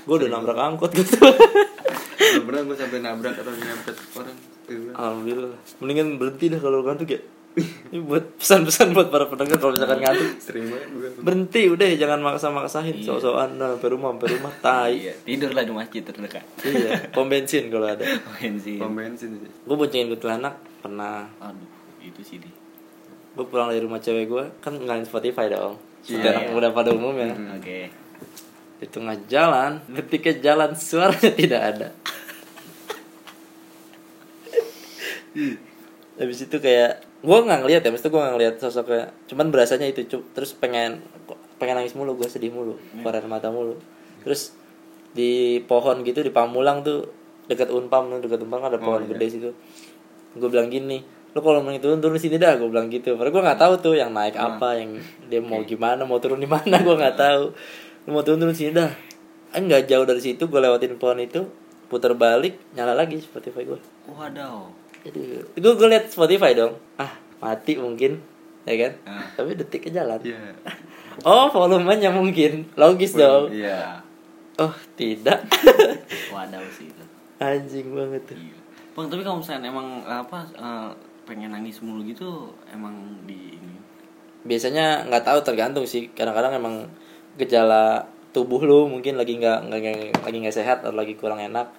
A: gue udah nabrak angkot gitu
B: Belum pernah gue sampai nabrak atau nabrak orang. Iya. Tidur.
A: alhamdulillah mendingan berhenti dah kalau ngantuk ya ini buat pesan-pesan buat para pendengar kalau misalkan ngantuk
B: Sering banget gue.
A: berhenti udah ya, jangan maksa-maksain sok-sokan nah, sampai rumah sampai rumah tai
C: Iya tidurlah di masjid terdekat.
A: iya pom bensin kalau ada
C: Main sih.
B: Pom bensin sih.
A: gue boncengin kuntilanak pernah
C: Aduh itu sih di.
A: gue pulang dari rumah cewek gue kan ngalamin Spotify dong
B: Iya.
A: Kuntilanak muda pada umumnya
C: Oke.
A: di tengah jalan ketika jalan suaranya tidak ada habis itu kayak gue nggak ngeliat ya, habis itu gue nggak ngeliat sosoknya, cuman berasanya itu cu- terus pengen pengen nangis mulu, gue sedih mulu, keluar air mata mulu, terus di pohon gitu di Pamulang tuh dekat Unpam tuh dekat Unpam ada pohon gede situ, gue bilang gini, lu kalau mau turun turun sini dah, gue bilang gitu, padahal gue nggak tahu tuh yang naik apa, yang dia mau gimana, mau turun di mana, gue nggak tahu, lu mau turun turun sini dah, eh nggak jauh dari situ gue lewatin pohon itu, putar balik, nyala lagi Spotify gue.
C: Waduh.
A: Aduh, gue gue liat Spotify dong. Ah, mati mungkin, ya kan?
B: Ah.
A: Tapi detiknya jalan.
B: Iya.
A: Oh, volumenya mungkin, logis dong.
B: Iya.
A: Oh, tidak.
C: Waduh sih itu.
A: Anjing banget tuh.
C: Iya. Bang tapi kalau misalnya emang apa eh, pengen nangis mulu gitu emang di ini.
A: Biasanya nggak tahu tergantung sih. Kadang-kadang emang gejala tubuh lu mungkin lagi nggak nggak- nggak- lagi nggak sehat atau lagi kurang enak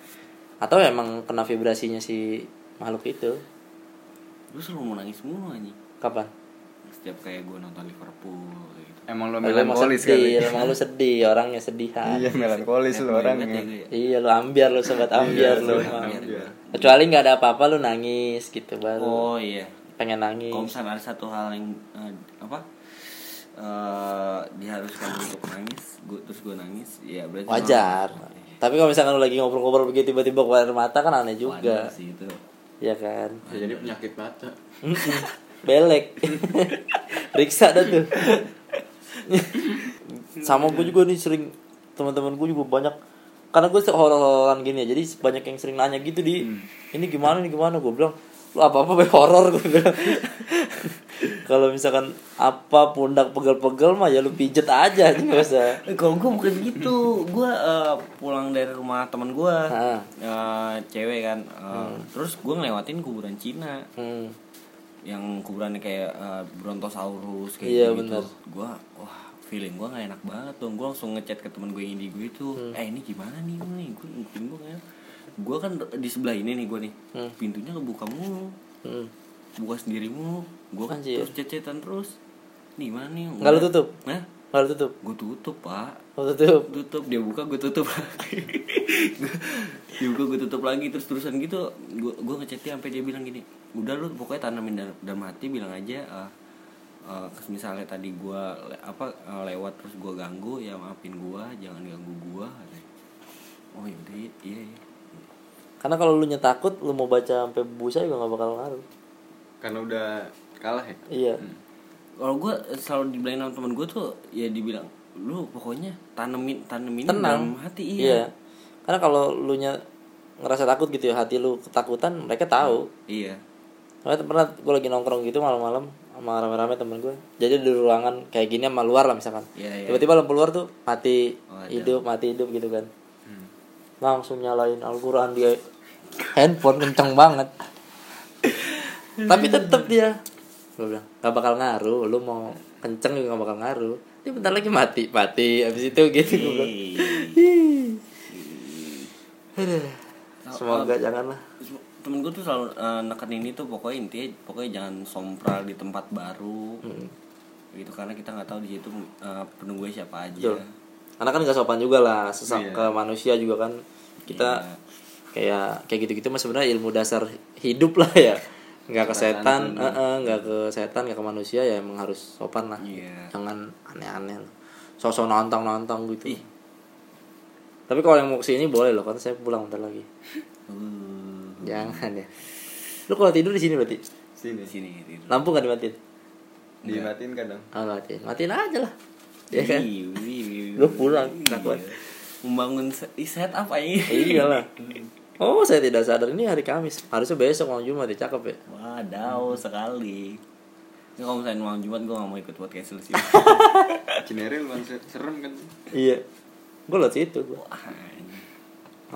A: atau emang kena vibrasinya si makhluk itu.
C: Lu selalu mau nangis mulu anjing.
A: Kapan?
C: setiap kayak gue nonton Liverpool gitu.
B: Emang lo
A: Lu emang
B: melankolis
A: sedih,
B: kali.
A: emang lu sedih, ah. orangnya sedihan.
B: Iya, melankolis lo orangnya.
A: Iya lu ambiar lu sobat ambiar lu.
B: sobat
A: emang.
B: ambiar.
A: Kecuali nggak ada apa-apa lu nangis gitu baru.
C: Oh iya.
A: Pengen nangis.
C: Kalau misalnya ada satu hal yang eh, apa eh, diharuskan untuk nangis, gue terus gue nangis, ya berarti
A: Wajar. Tapi kalau misalkan lu lagi ngobrol-ngobrol begitu tiba-tiba keluar air mata kan aneh juga.
C: Wajar sih itu.
A: Iya kan?
B: Jadi penyakit mata.
A: Belek. Periksa dah tuh. Sama gue juga nih sering teman-teman gue juga banyak karena gue horor-hororan gini ya jadi banyak yang sering nanya gitu di ini gimana ini gimana gue bilang lu apa apa horor gue bilang kalau misalkan apa pundak pegel-pegel mah ya lu pijet aja aja nggak usah
C: Eh, Kalau gue bukan gitu, gue eh, pulang dari rumah teman gue,
A: Ah.
C: eh, cewek kan, eh, terus gue ngelewatin kuburan Cina,
A: Hmm.
C: yang kuburannya kayak eh, Brontosaurus kayak
A: Iya,
C: gitu.
A: bener.
C: Gue wah feeling gue nggak enak banget dong, gue langsung ngechat ke temen gue yang indigo itu,
A: Hmm.
C: eh ini gimana nih Om, nih, gue ngikutin gue kayak, gue kan di sebelah ini nih gue nih, pintunya kebuka mulu,
A: Hmm.
C: buka sendiri mulu, gue kan
A: Anjir.
C: terus cecetan terus, nih mana nih,
A: Nggak lu tutup?
C: Hah?
A: Nggak lu tutup
C: Gue tutup pak
A: Lu tutup
C: tutup dia buka gue tutup lagi Gua- dia buka gue tutup lagi terus terusan gitu gue gue ngechat dia sampai dia bilang gini udah lu pokoknya tanamin dal- dalam hati bilang aja eh eh, misalnya tadi gue apa eh, lewat terus gue ganggu ya maafin gue jangan ganggu gue oh yaudah iya iya
A: Karena kalau lu nya takut, lu mau baca sampai busa juga gak bakal ngaruh.
B: Karena udah kalah ya.
A: Iya.
C: kalau gue selalu dibilangin sama temen gue tuh ya dibilang lu pokoknya tanemin tanemin
A: Tenang
C: dalam hati iya
A: Karena kalau lu nya ngerasa takut gitu ya, hati lu ketakutan, mereka tahu.
C: iya
A: Makanya pernah gue lagi nongkrong gitu malam-malam sama rame-rame temen gue. Jadi di ruangan kayak gini sama luar lah misalkan.
C: Iya, iya.
A: Tiba-tiba lampu luar tuh mati
C: Oh, ada. Hmm.
A: hidup, mati hidup gitu kan. Langsung nyalain Al-Qur'an dia handphone kenceng banget. Tapi tetep dia gue bilang gak bakal ngaruh, lu mau kenceng juga gak bakal ngaruh. Dia bentar lagi mati, mati. Abis itu gitu gue bilang. Aduh. Semoga janganlah.
C: temen gue tuh selalu eh, nekenin itu pokoknya intinya pokoknya jangan sompral di tempat baru
A: Hmm.
C: gitu karena kita nggak tahu di situ eh, penunggunya siapa aja
A: Betul. Karena kan gak sopan juga lah sesama ke manusia juga kan kita kayak kayak gitu-gitu mah sebenarnya ilmu dasar hidup lah ya nggak ke setan eh, eh, nggak ke setan nggak ke manusia ya emang harus sopan lah
C: Iya.
A: jangan aneh-aneh sosok nantang nantang gitu tapi kalau yang mau kesini boleh loh kan saya pulang bentar lagi
C: Uh,
A: jangan ya lu kalau tidur di sini berarti
B: Sini.
C: di sini tidur
A: lampu nggak dimatiin
B: Dimatiin kadang.
A: ah nggak matiin matiin aja lah ya kan
C: Wih, wih, wih, wih.
A: Lu pulang, takut.
C: Iya. membangun se- ih, set up aja
A: iya lah oh saya tidak sadar ini hari Kamis harusnya besok malam Jumat ya cakep ya
C: wadaw
A: Hmm.
C: sekali ini kalau misalnya malam jumat gue gak mau ikut podcast lu sih
B: Cinere lu kan ser- serem kan.
A: iya gue liat situ gue
C: Wah,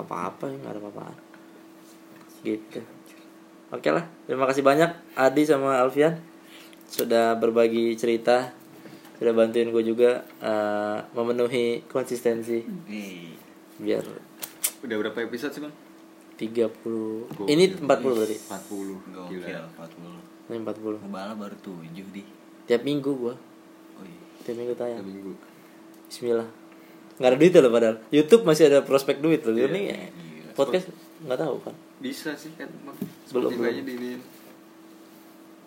A: apa-apa ya nggak ada apa-apaan gitu oke lah terima kasih banyak Adi sama Alfian sudah berbagi cerita sudah bantuin gue juga eh, memenuhi konsistensi
C: wih.
A: biar
B: Udah berapa episode sih, Bang?
A: 30 ini 40 berarti
B: 40.
C: gokil
B: Gila.
C: 40
A: ini 40
C: Kebala baru 7 di
A: tiap minggu gue tiap minggu
B: Satu
A: tayang
B: minggu.
A: Bismillah nggak ada duit loh padahal YouTube masih ada prospek duit loh ini podcast nggak tahu kan
B: Bisa sih kan, Bang.
A: Belum,
B: Spotify aja di di,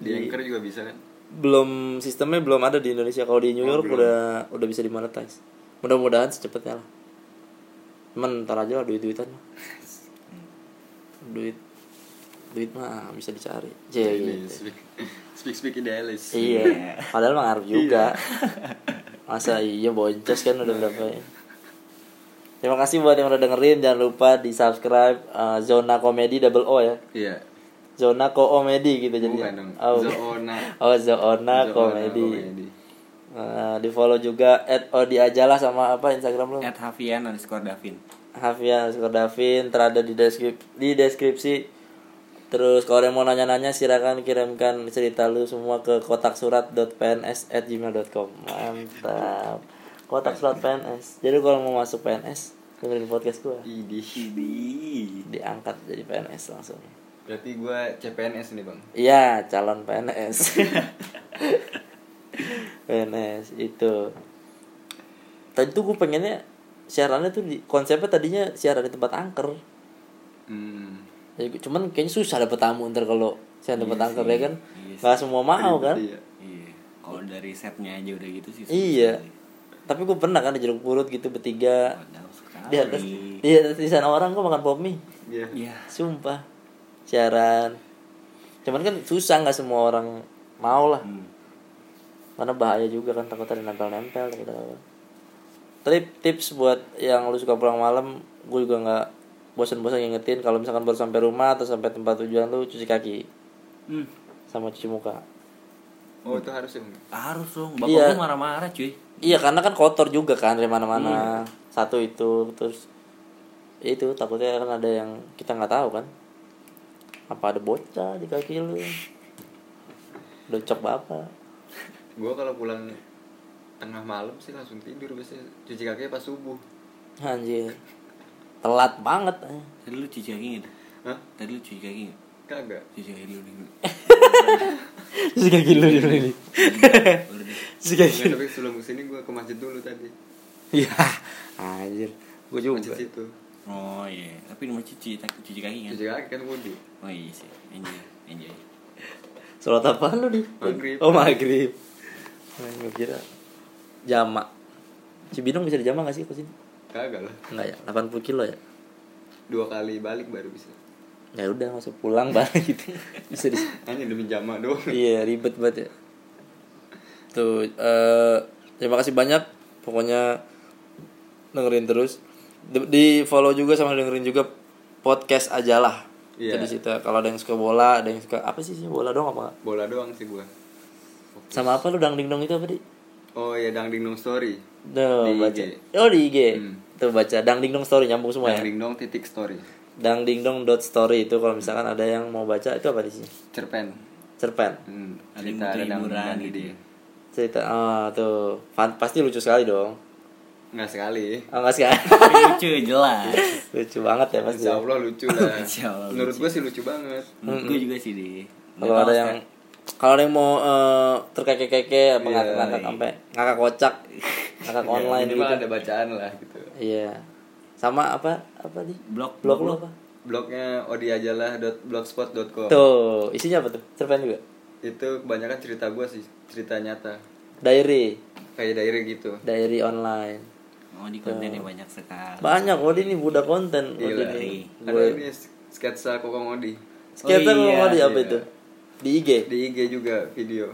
B: di Anchor juga bisa kan.
A: belum sistemnya belum ada di Indonesia kalau di New York udah udah bisa dimonetize mudah-mudahan secepatnya lah cuman ntar aja lah duit duitan mah duit duit mah bisa dicari Cie, gitu.
B: Ini speak speak, speak idealis.
A: iya padahal mah ngarep juga masa iya boncos kan udah berapa ya terima kasih buat yang udah dengerin jangan lupa di subscribe eh, zona komedi double o ya
B: Iya.
A: zona komedi gitu
B: Bukan
A: jadi
B: dong.
A: oh,
B: Zona.
A: oh zona
B: Zona
A: komedi. Eh, di follow juga at Odi ajalah sama apa Instagram lu
C: at Hafian underscore Davin
A: Hafian underscore Davin terada di deskripsi di deskripsi terus kalau ada yang mau nanya-nanya silakan kirimkan cerita lu semua ke kotak surat.pns@gmail.com mantap kotak surat PNS jadi kalau mau masuk PNS dengerin podcast gua
B: Idi.
A: diangkat jadi PNS langsung
B: Berarti gua CPNS nih, Bang.
A: iya calon PNS PNS itu tadi tuh gue pengennya siarannya tuh di, konsepnya tadinya siaran di tempat angker
B: Hmm.
A: Ya, cuman kayaknya susah dapet tamu ntar kalau siaran tempat angker ya kan
C: Iya sih.
A: nggak semua mau kan
B: Iya.
C: Iya. Kalau dari setnya aja udah gitu sih. susah
A: iya
C: sekali.
A: tapi gue pernah kan di jeruk purut gitu bertiga
C: Padahal sekali.
A: di atas di atas sana orang gue makan pop mie
B: Iya.
C: Iya.
A: sumpah siaran cuman kan susah nggak semua orang mau lah
C: Hmm.
A: karena bahaya juga kan takut ada nempel-nempel takut ada- tapi tips buat yang lu suka pulang malam gue juga nggak bosan-bosan ngingetin kalau misalkan baru sampai rumah atau sampai tempat tujuan lu cuci kaki
C: Hmm.
A: sama cuci muka
B: Oh itu harus ya. Bang?
C: Harus dong. Bapak
A: Iya.
C: gua marah-marah cuy.
A: iya karena kan kotor juga kan dari mana-mana satu itu terus ya itu takutnya kan ada yang kita nggak tahu kan apa ada bocah di kaki lu docok bapak
B: Gua kalau pulang tengah malam sih langsung tidur biasanya cuci kaki pas subuh.
A: anjir telat banget eh.
C: Tadi lu cuci kaki nggak?
B: Hah?
C: Tadi lu cuci kaki nggak?
B: Kagak.
C: Cuci kaki dulu nih.
A: terus kaki lu dulu ini
C: Baru deh.
A: terus kaki
B: Nggak, tapi sebelum kesini gua ke masjid dulu tadi.
A: Ya, anjir. Gue
B: Masjid
A: juga.
B: situ.
C: Oh iya. Tapi di masjid cuci tak- cuci kaki kan?
B: Cuci kaki kan wudhu.
C: Oh iya sih. Enjoy. Enjoy.
A: Sholat apaan lu nih?
B: Maghrib.
A: Oh maghrib. Nah, gue kira jamak. Cibinong bisa dijamak gak sih ke sini?
B: Kagak lah.
A: Enggak ya, 80 kilo ya.
B: Dua kali balik baru bisa.
A: Ya udah masuk pulang bareng gitu. Bisa di
B: Hanya demi jamak doang.
A: Iya, ribet banget ya. Tuh, eh terima kasih banyak. Pokoknya dengerin terus. Di, follow juga sama dengerin juga podcast ajalah.
B: Iya.
A: Itu di situ. Kalau ada yang suka bola, ada yang suka apa sih sih bola dong apa? nggak?
B: Bola doang sih gua.
A: Sama apa lu dang dingdong itu apa di?
B: Oh ya dang dingdong story.
A: Duh,
B: Di
A: baca.
B: IG.
A: Oh di IG.
B: Hmm.
A: Tuh baca dang dingdong story nyambung semua ya.
B: Dang dingdong titik story.
A: Dang dingdong dot story itu kalau misalkan ada yang mau baca itu apa di sini?
B: Cerpen.
A: Cerpen.
B: Hmm,
C: Ada
B: cerita
C: yang
B: ada dang
C: hiburan
B: dingdong di
C: gitu
B: dia.
C: ya.
A: Cerita ah tuh Fan- pasti lucu sekali dong.
B: Nggak sekali.
A: Oh, enggak sekali.
C: Lucu jelas.
A: lucu banget ya pasti.
B: Insya Allah lucu lah.
C: Insya Allah
B: Menurut gua sih lucu banget.
C: Menurut gue juga sih deh.
A: Kalau ada yang kalau ada yang mau eh, terkeke-keke
B: Iya,
A: apa ngakak-ngakak sampai ngakak kocak, ngakak online
B: Minimal
A: gitu.
B: ada bacaan lah gitu.
A: Iya. Sama apa apa di?
C: Blog-
A: blog
C: blog
A: lu
C: lu.
A: apa?
B: Blognya odiajalah.blogspot.com.
A: Tuh, isinya apa tuh? Cerpen juga.
B: Itu kebanyakan cerita gua sih, cerita nyata.
A: Diary,
B: Kayak daerah gitu.
A: diary online.
C: Oh di kontennya banyak
A: Ya.
C: sekali.
A: Banyak Wadi ini budak konten Wadi
B: Gila.
A: ini.
B: Ada
A: Gue
B: ini sketsa Kokong Odi.
A: sketsa
C: Oh, iya,
A: ngomong di apa
B: iya.
A: itu? Di IG.
B: Di IG juga video.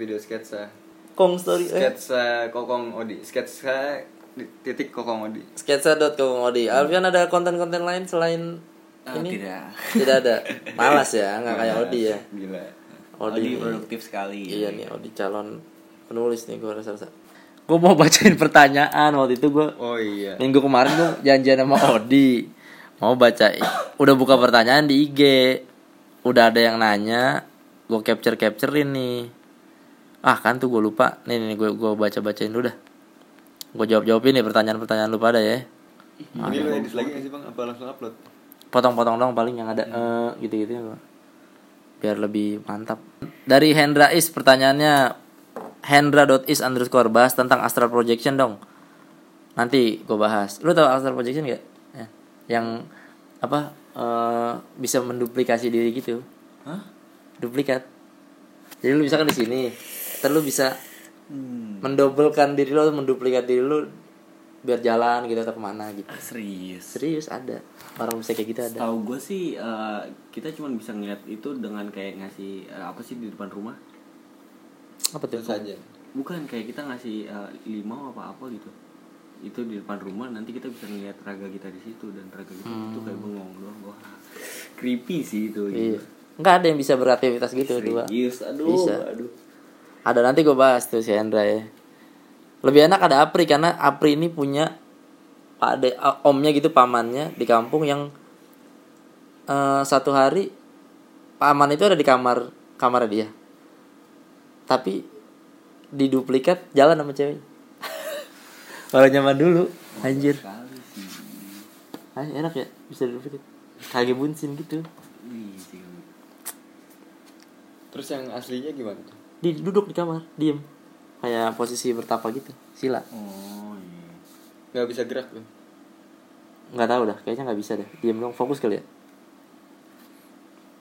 B: Video sketsa.
A: Kong story eh
B: Sketsa Kokong Odi. Sketsa di- titik Kokong Odi.
A: sketsa.com Wadi. Alfian ada konten-konten lain selain
C: Ah,
A: ini?
C: tidak.
A: Hmm. Tidak ada. Malas ya, nggak kayak Odi ya.
B: Gila.
C: Odi,
A: Odi.
C: Oh, produktif sekali. ya.
A: Iya nih Odi calon penulis nih gue rasa-rasa. Gue mau bacain pertanyaan waktu itu gue
B: Oh iya.
A: minggu kemarin gue janjian sama Odi mau baca udah buka pertanyaan di IG udah ada yang nanya gue capture capturein nih ah kan tuh gue lupa nih nih gue gue baca bacain dulu dah gue jawab jawabin nih pertanyaan pertanyaan lu pada ya
B: Ini lo edit lagi nggak sih bang? Apa langsung upload?
A: potong potong dong paling yang ada eh, gitu gitu ya gua. biar lebih mantap dari Hendra Is pertanyaannya Hendra.is underscore bahas tentang astral projection dong nanti gue bahas lu tahu astral projection gak Eh, yang apa eh, bisa menduplikasi diri gitu
C: Hah?
A: duplikat jadi lu misalkan di sini terus lu bisa mendobelkan diri lu atau menduplikat diri lu biar jalan gitu atau kemana gitu
C: Ah, serius.
A: serius ada orang bisa kayak gitu ada
C: Tahu gue sih eh, kita cuma bisa ngeliat itu dengan kayak ngasih eh, apa sih di depan rumah?
A: apa tuh
B: Terus aja.
C: Bukan kayak kita ngasih eh, limau apa apa gitu. Itu di depan rumah nanti kita bisa ngeliat raga kita di situ dan raga kita itu kayak bengong doang. Wah, creepy sih itu.
A: Hmm. iya nggak ada yang bisa beraktivitas gitu dua
C: Serius, aduh,
A: Bisa.
C: aduh.
A: ada nanti gue bahas tuh si Hendra ya lebih enak ada Apri karena Apri ini punya pak de omnya gitu pamannya di kampung yang eh, satu hari paman itu ada di kamar kamar dia tapi diduplikat jalan sama cewek kalau zaman dulu anjir
C: Kali sih.
A: Ah, enak ya bisa diduplikat kaget bunsin gitu
C: Wih, sih.
B: Terus yang aslinya gimana? tuh?
A: di duduk di kamar diem kayak posisi bertapa gitu sila
C: oh iya
B: nggak bisa gerak loh
A: nggak tahu dah kayaknya nggak bisa deh diam dong fokus kali ya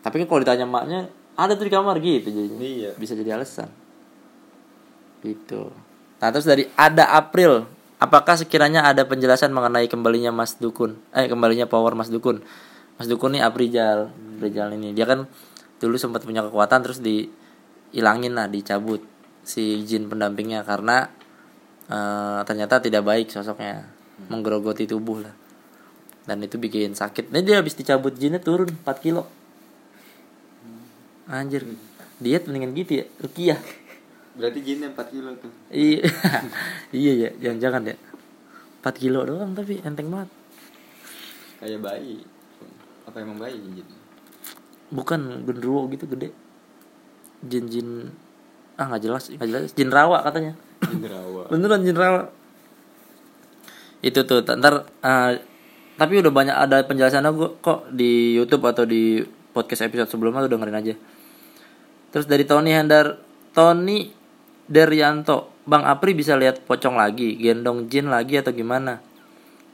A: tapi kan kalau ditanya maknya ada tuh di kamar gitu jadinya
B: Iya.
A: bisa jadi alasan gitu nah terus dari ada April apakah sekiranya ada penjelasan mengenai kembalinya Mas Dukun eh kembalinya power Mas Dukun Mas Dukun nih Aprijal Aprijal ini dia kan dulu sempat punya kekuatan terus dihilangin lah dicabut si jin pendampingnya karena eh, ternyata tidak baik sosoknya menggerogoti tubuh lah dan itu bikin sakit. Nah dia habis dicabut jinnya turun 4 kilo. Anjir. Diet mendingan gitu ya, rukiah.
B: berarti jinnya 4 kilo tuh
A: Iya. iya ya, jangan-jangan ya. 4 kilo doang tapi enteng banget.
B: kayak bayi apa emang bayi gitu
A: Bukan genderuwo gitu gede. Jin-jin ah nggak jelas, nggak jelas. Jin rawa katanya.
B: jenderawa
A: Beneran jin rawa. Itu tuh, t- ntar eh, tapi udah banyak ada penjelasannya gua kok di YouTube atau di podcast episode sebelumnya lu dengerin aja. Terus dari Tony Handar Tony Deryanto Bang Apri bisa lihat pocong lagi Gendong jin lagi atau gimana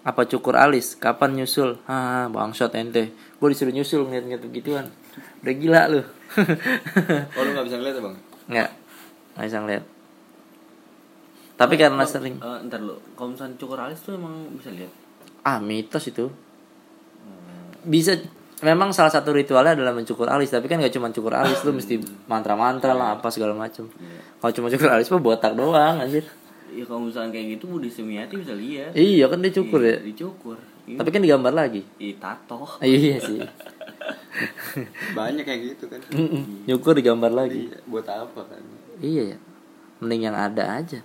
A: Apa cukur alis Kapan nyusul Hah bangsat ente Gue disuruh nyusul ngeliat-ngeliat begituan Udah gila lu
B: oh lu nggak bisa ngeliat ya bang
A: Nggak Nggak bisa ngeliat Tapi karena sering
C: Eh, ntar lu kalau misalnya cukur alis tuh emang bisa lihat
A: Ah mitos itu Bisa Memang salah satu ritualnya adalah mencukur alis Tapi kan gak cuma cukur alis Lu mesti mantra-mantra lah Apa segala macem Kalau cuma cukur alis mah botak doang anjir
C: ya kalau misalnya kayak gitu Budi Semiati bisa lihat
A: Iya kan dia cukur ya
C: dicukur Iya.
A: Tapi kan digambar lagi
C: Ih, tato
A: Ah, Iya sih
B: banyak kayak gitu kan
A: Mm-mm. Nyukur digambar lagi
B: Iya, buat apa kan
A: Iya ya Mending yang ada aja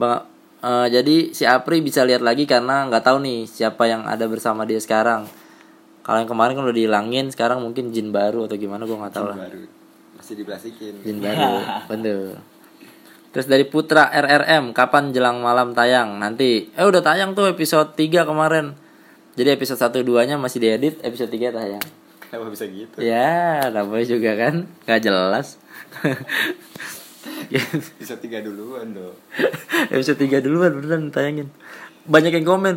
A: Bang, eh, jadi si Apri bisa lihat lagi karena nggak tahu nih siapa yang ada bersama dia sekarang. Kalau yang kemarin kan udah dihilangin, sekarang mungkin jin baru atau gimana gue nggak tahu lah.
B: baru masih diplastikin
A: Jin baru, bener. Terus dari Putra RRM, kapan jelang malam tayang? Nanti. Eh udah tayang tuh episode 3 kemarin. Jadi episode 1 2-nya masih diedit, episode 3 tayang.
B: kenapa bisa gitu
A: Ya, namanya juga kan nggak jelas. Ya.
B: bisa tiga duluan dong
A: episode 3 duluan beneran tayangin. Banyak yang komen.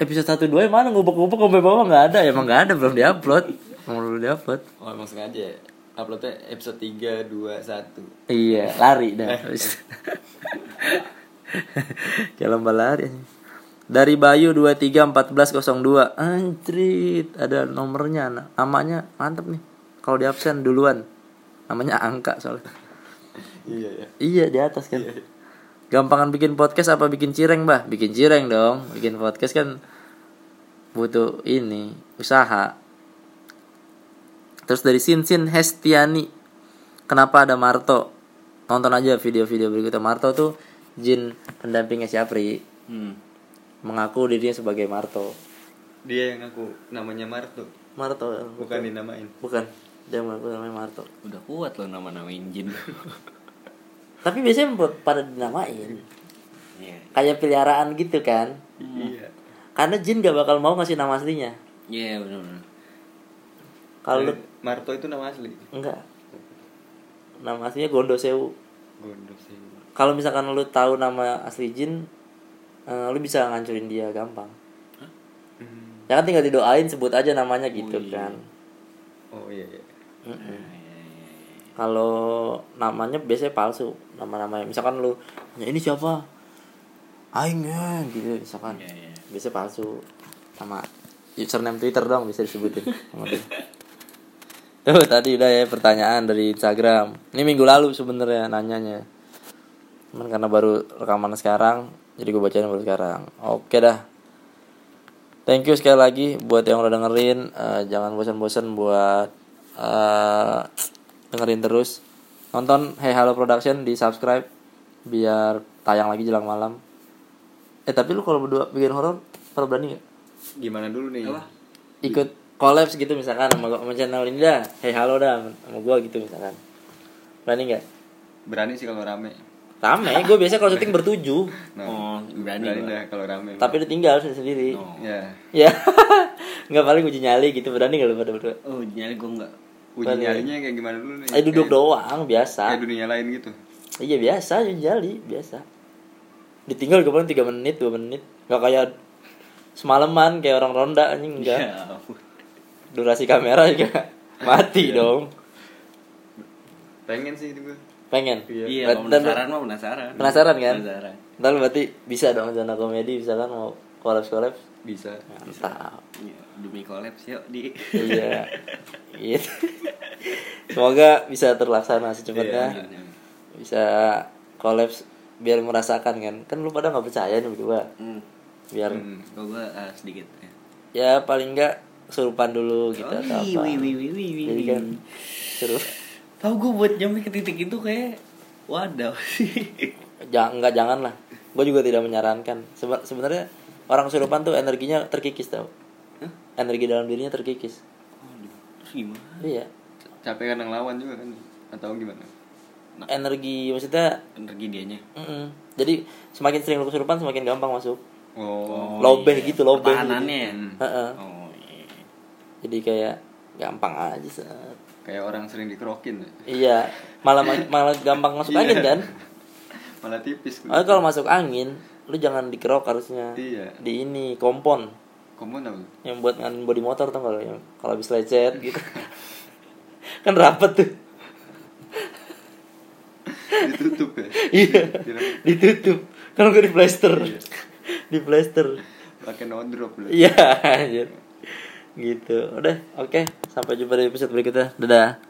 A: Episode 1 2 yang mana ngubek-ngubek sampai bawah nggak ada. Emang nggak ada, belum diupload. Emang belum diupload.
B: oh emang sengaja ya? uploadnya episode tiga dua satu
A: Iya, lari dah. Habis. Kayak lomba lari. Dari Bayu 231402. Anjrit, ada nomornya anak. Namanya mantep nih. Kalau di absen duluan. Namanya Angka soalnya.
B: iya ya
A: Iya, di atas kan. Gampangan bikin podcast apa bikin cireng, Bah? Bikin cireng dong. Bikin podcast kan butuh ini, usaha. Terus dari Sinsin Hestiani. Kenapa ada Marto? Nonton aja video-video berikutnya. Marto tuh jin pendampingnya si Apri.
C: hmm.
A: Mengaku dirinya sebagai Marto.
B: dia yang aku namanya Marto
A: Marto.
B: bukan dinamain
A: Bukan. Dia mengaku namanya Marto.
C: udah kuat loh nama-nama injin
A: Tapi biasanya pada dinamain.
C: Iya.
A: Kayak peliharaan gitu kan.
B: iya
A: Karena jin gak bakal mau ngasih nama aslinya.
C: Iya benar-benar.
A: Kalau
B: Eh, Marto itu nama asli
A: enggak. Nama aslinya Gondosewu.
B: gondok sih
A: Kalau misalkan lu tahu nama asli jin, eh, lu bisa ngancurin dia gampang.
B: Hmm.
A: Ya kan tinggal didoain sebut aja namanya gitu kan.
B: oh iya iya
C: iya,
A: Kalau namanya biasanya palsu, nama-namanya. Misalkan lu "Ya, ini siapa? Aing ya," gitu misalkan.
C: Iya, iya.
A: Biasanya palsu. Sama username Twitter dong bisa disebutin sama dia. Tuh tadi udah ya pertanyaan dari Instagram. Ini minggu lalu sebenarnya nanyanya. Cuman karena baru rekaman sekarang, jadi gue bacain baru sekarang. Oke dah. Thank you sekali lagi buat yang udah dengerin. Eh, jangan bosan-bosan buat eh, dengerin terus. Nonton Hey Halo Production di subscribe biar tayang lagi jelang malam. Eh tapi lu kalau berdua bikin horor, pada berani gak?
B: gimana dulu nih
A: ikut collabs gitu misalkan sama, sama channel ini dah hey halo dah sama gua gitu misalkan berani nggak
B: berani sih kalau rame Nah,
A: rame gue biasa kalau syuting bertujuh
C: Oh, berani gua.
B: dah kalau rame
A: tapi ditinggal sendiri
B: ya
A: ya nggak paling uji nyali gitu berani nggak lu pada berdua
C: Oh, nyari gue enggak.
B: uji
A: Berani.
B: nyalinya kayak gimana dulu nih
A: eh duduk
B: Kayak-
A: doang biasa
B: kayak dunia lain gitu
A: Iya biasa Jali biasa. Ditinggal kemarin tiga menit dua menit nggak kayak semalaman kayak orang ronda anjing enggak.
C: Ya ampun.
A: Durasi kamera juga mati dong.
B: Pengen sih itu gue.
A: Pengen.
C: Iya,
A: Berarti-
C: mau penasaran mah penasaran.
A: Penasaran kan?
C: Penasaran.
A: Ntar lu berarti bisa dong zona komedi bisa kan mau kolaps kolaps.
B: Bisa.
A: Ya. Mantap.
C: Iya, demi kolaps yuk di.
A: iya. Gitu. Semoga bisa terlaksana secepatnya.
C: Iya,
A: bisa kolaps biar merasakan kan. Kan lu pada nggak percaya nih berdua.
C: Hmm.
A: Biar
C: Kalau gua eh, sedikit. ya.
A: ya paling nggak surupan dulu gitu
C: Oh,
A: atau
C: wih,
A: apa.
C: wih, wih, wih, wih,
A: Jadi
C: wih.
A: kan seru.
C: Tahu gua buat nyampe ke titik itu kayak wadah sih.
A: Jangan nggak jangan lah. Gue juga tidak menyarankan. Seba- Sebenarnya orang surupan tuh energinya terkikis tau.
C: Hah?
A: Energi dalam dirinya terkikis.
C: Aduh, terus gimana?
A: Iya.
B: Capek kadang lawan juga kan. Atau gimana?
C: Nah.
A: Energi maksudnya
C: Energi dianya.
A: mm-mm. jadi semakin sering lu kesurupan semakin gampang masuk.
B: Oh. ya?
A: lobeh gitu, lobeh.
C: Tahanannya.
A: Heeh.
C: Oh iya.
A: Jadi kayak gampang aja Sat.
B: Kayak orang sering dikerokin. ya.
A: Iya, malah malah gampang
B: Iya.
A: masuk angin kan?
B: Malah tipis.
A: Makanya Ah, kalau masuk angin, lu jangan dikerok harusnya.
B: Iya.
A: Di ini kompon
B: Komon apa?
A: yang buat ngan bodi motor tuh kalau yang kalau habis lecet gitu. kan rapet tuh.
B: Ditutup ya.
A: Iya. Ditutup. Kan gue di plaster.
B: Iya.
A: di plaster.
B: Pakai no drop lah.
A: Iya, anjir. Gitu. Udah, oke. Sampai jumpa di episode berikutnya. Dadah.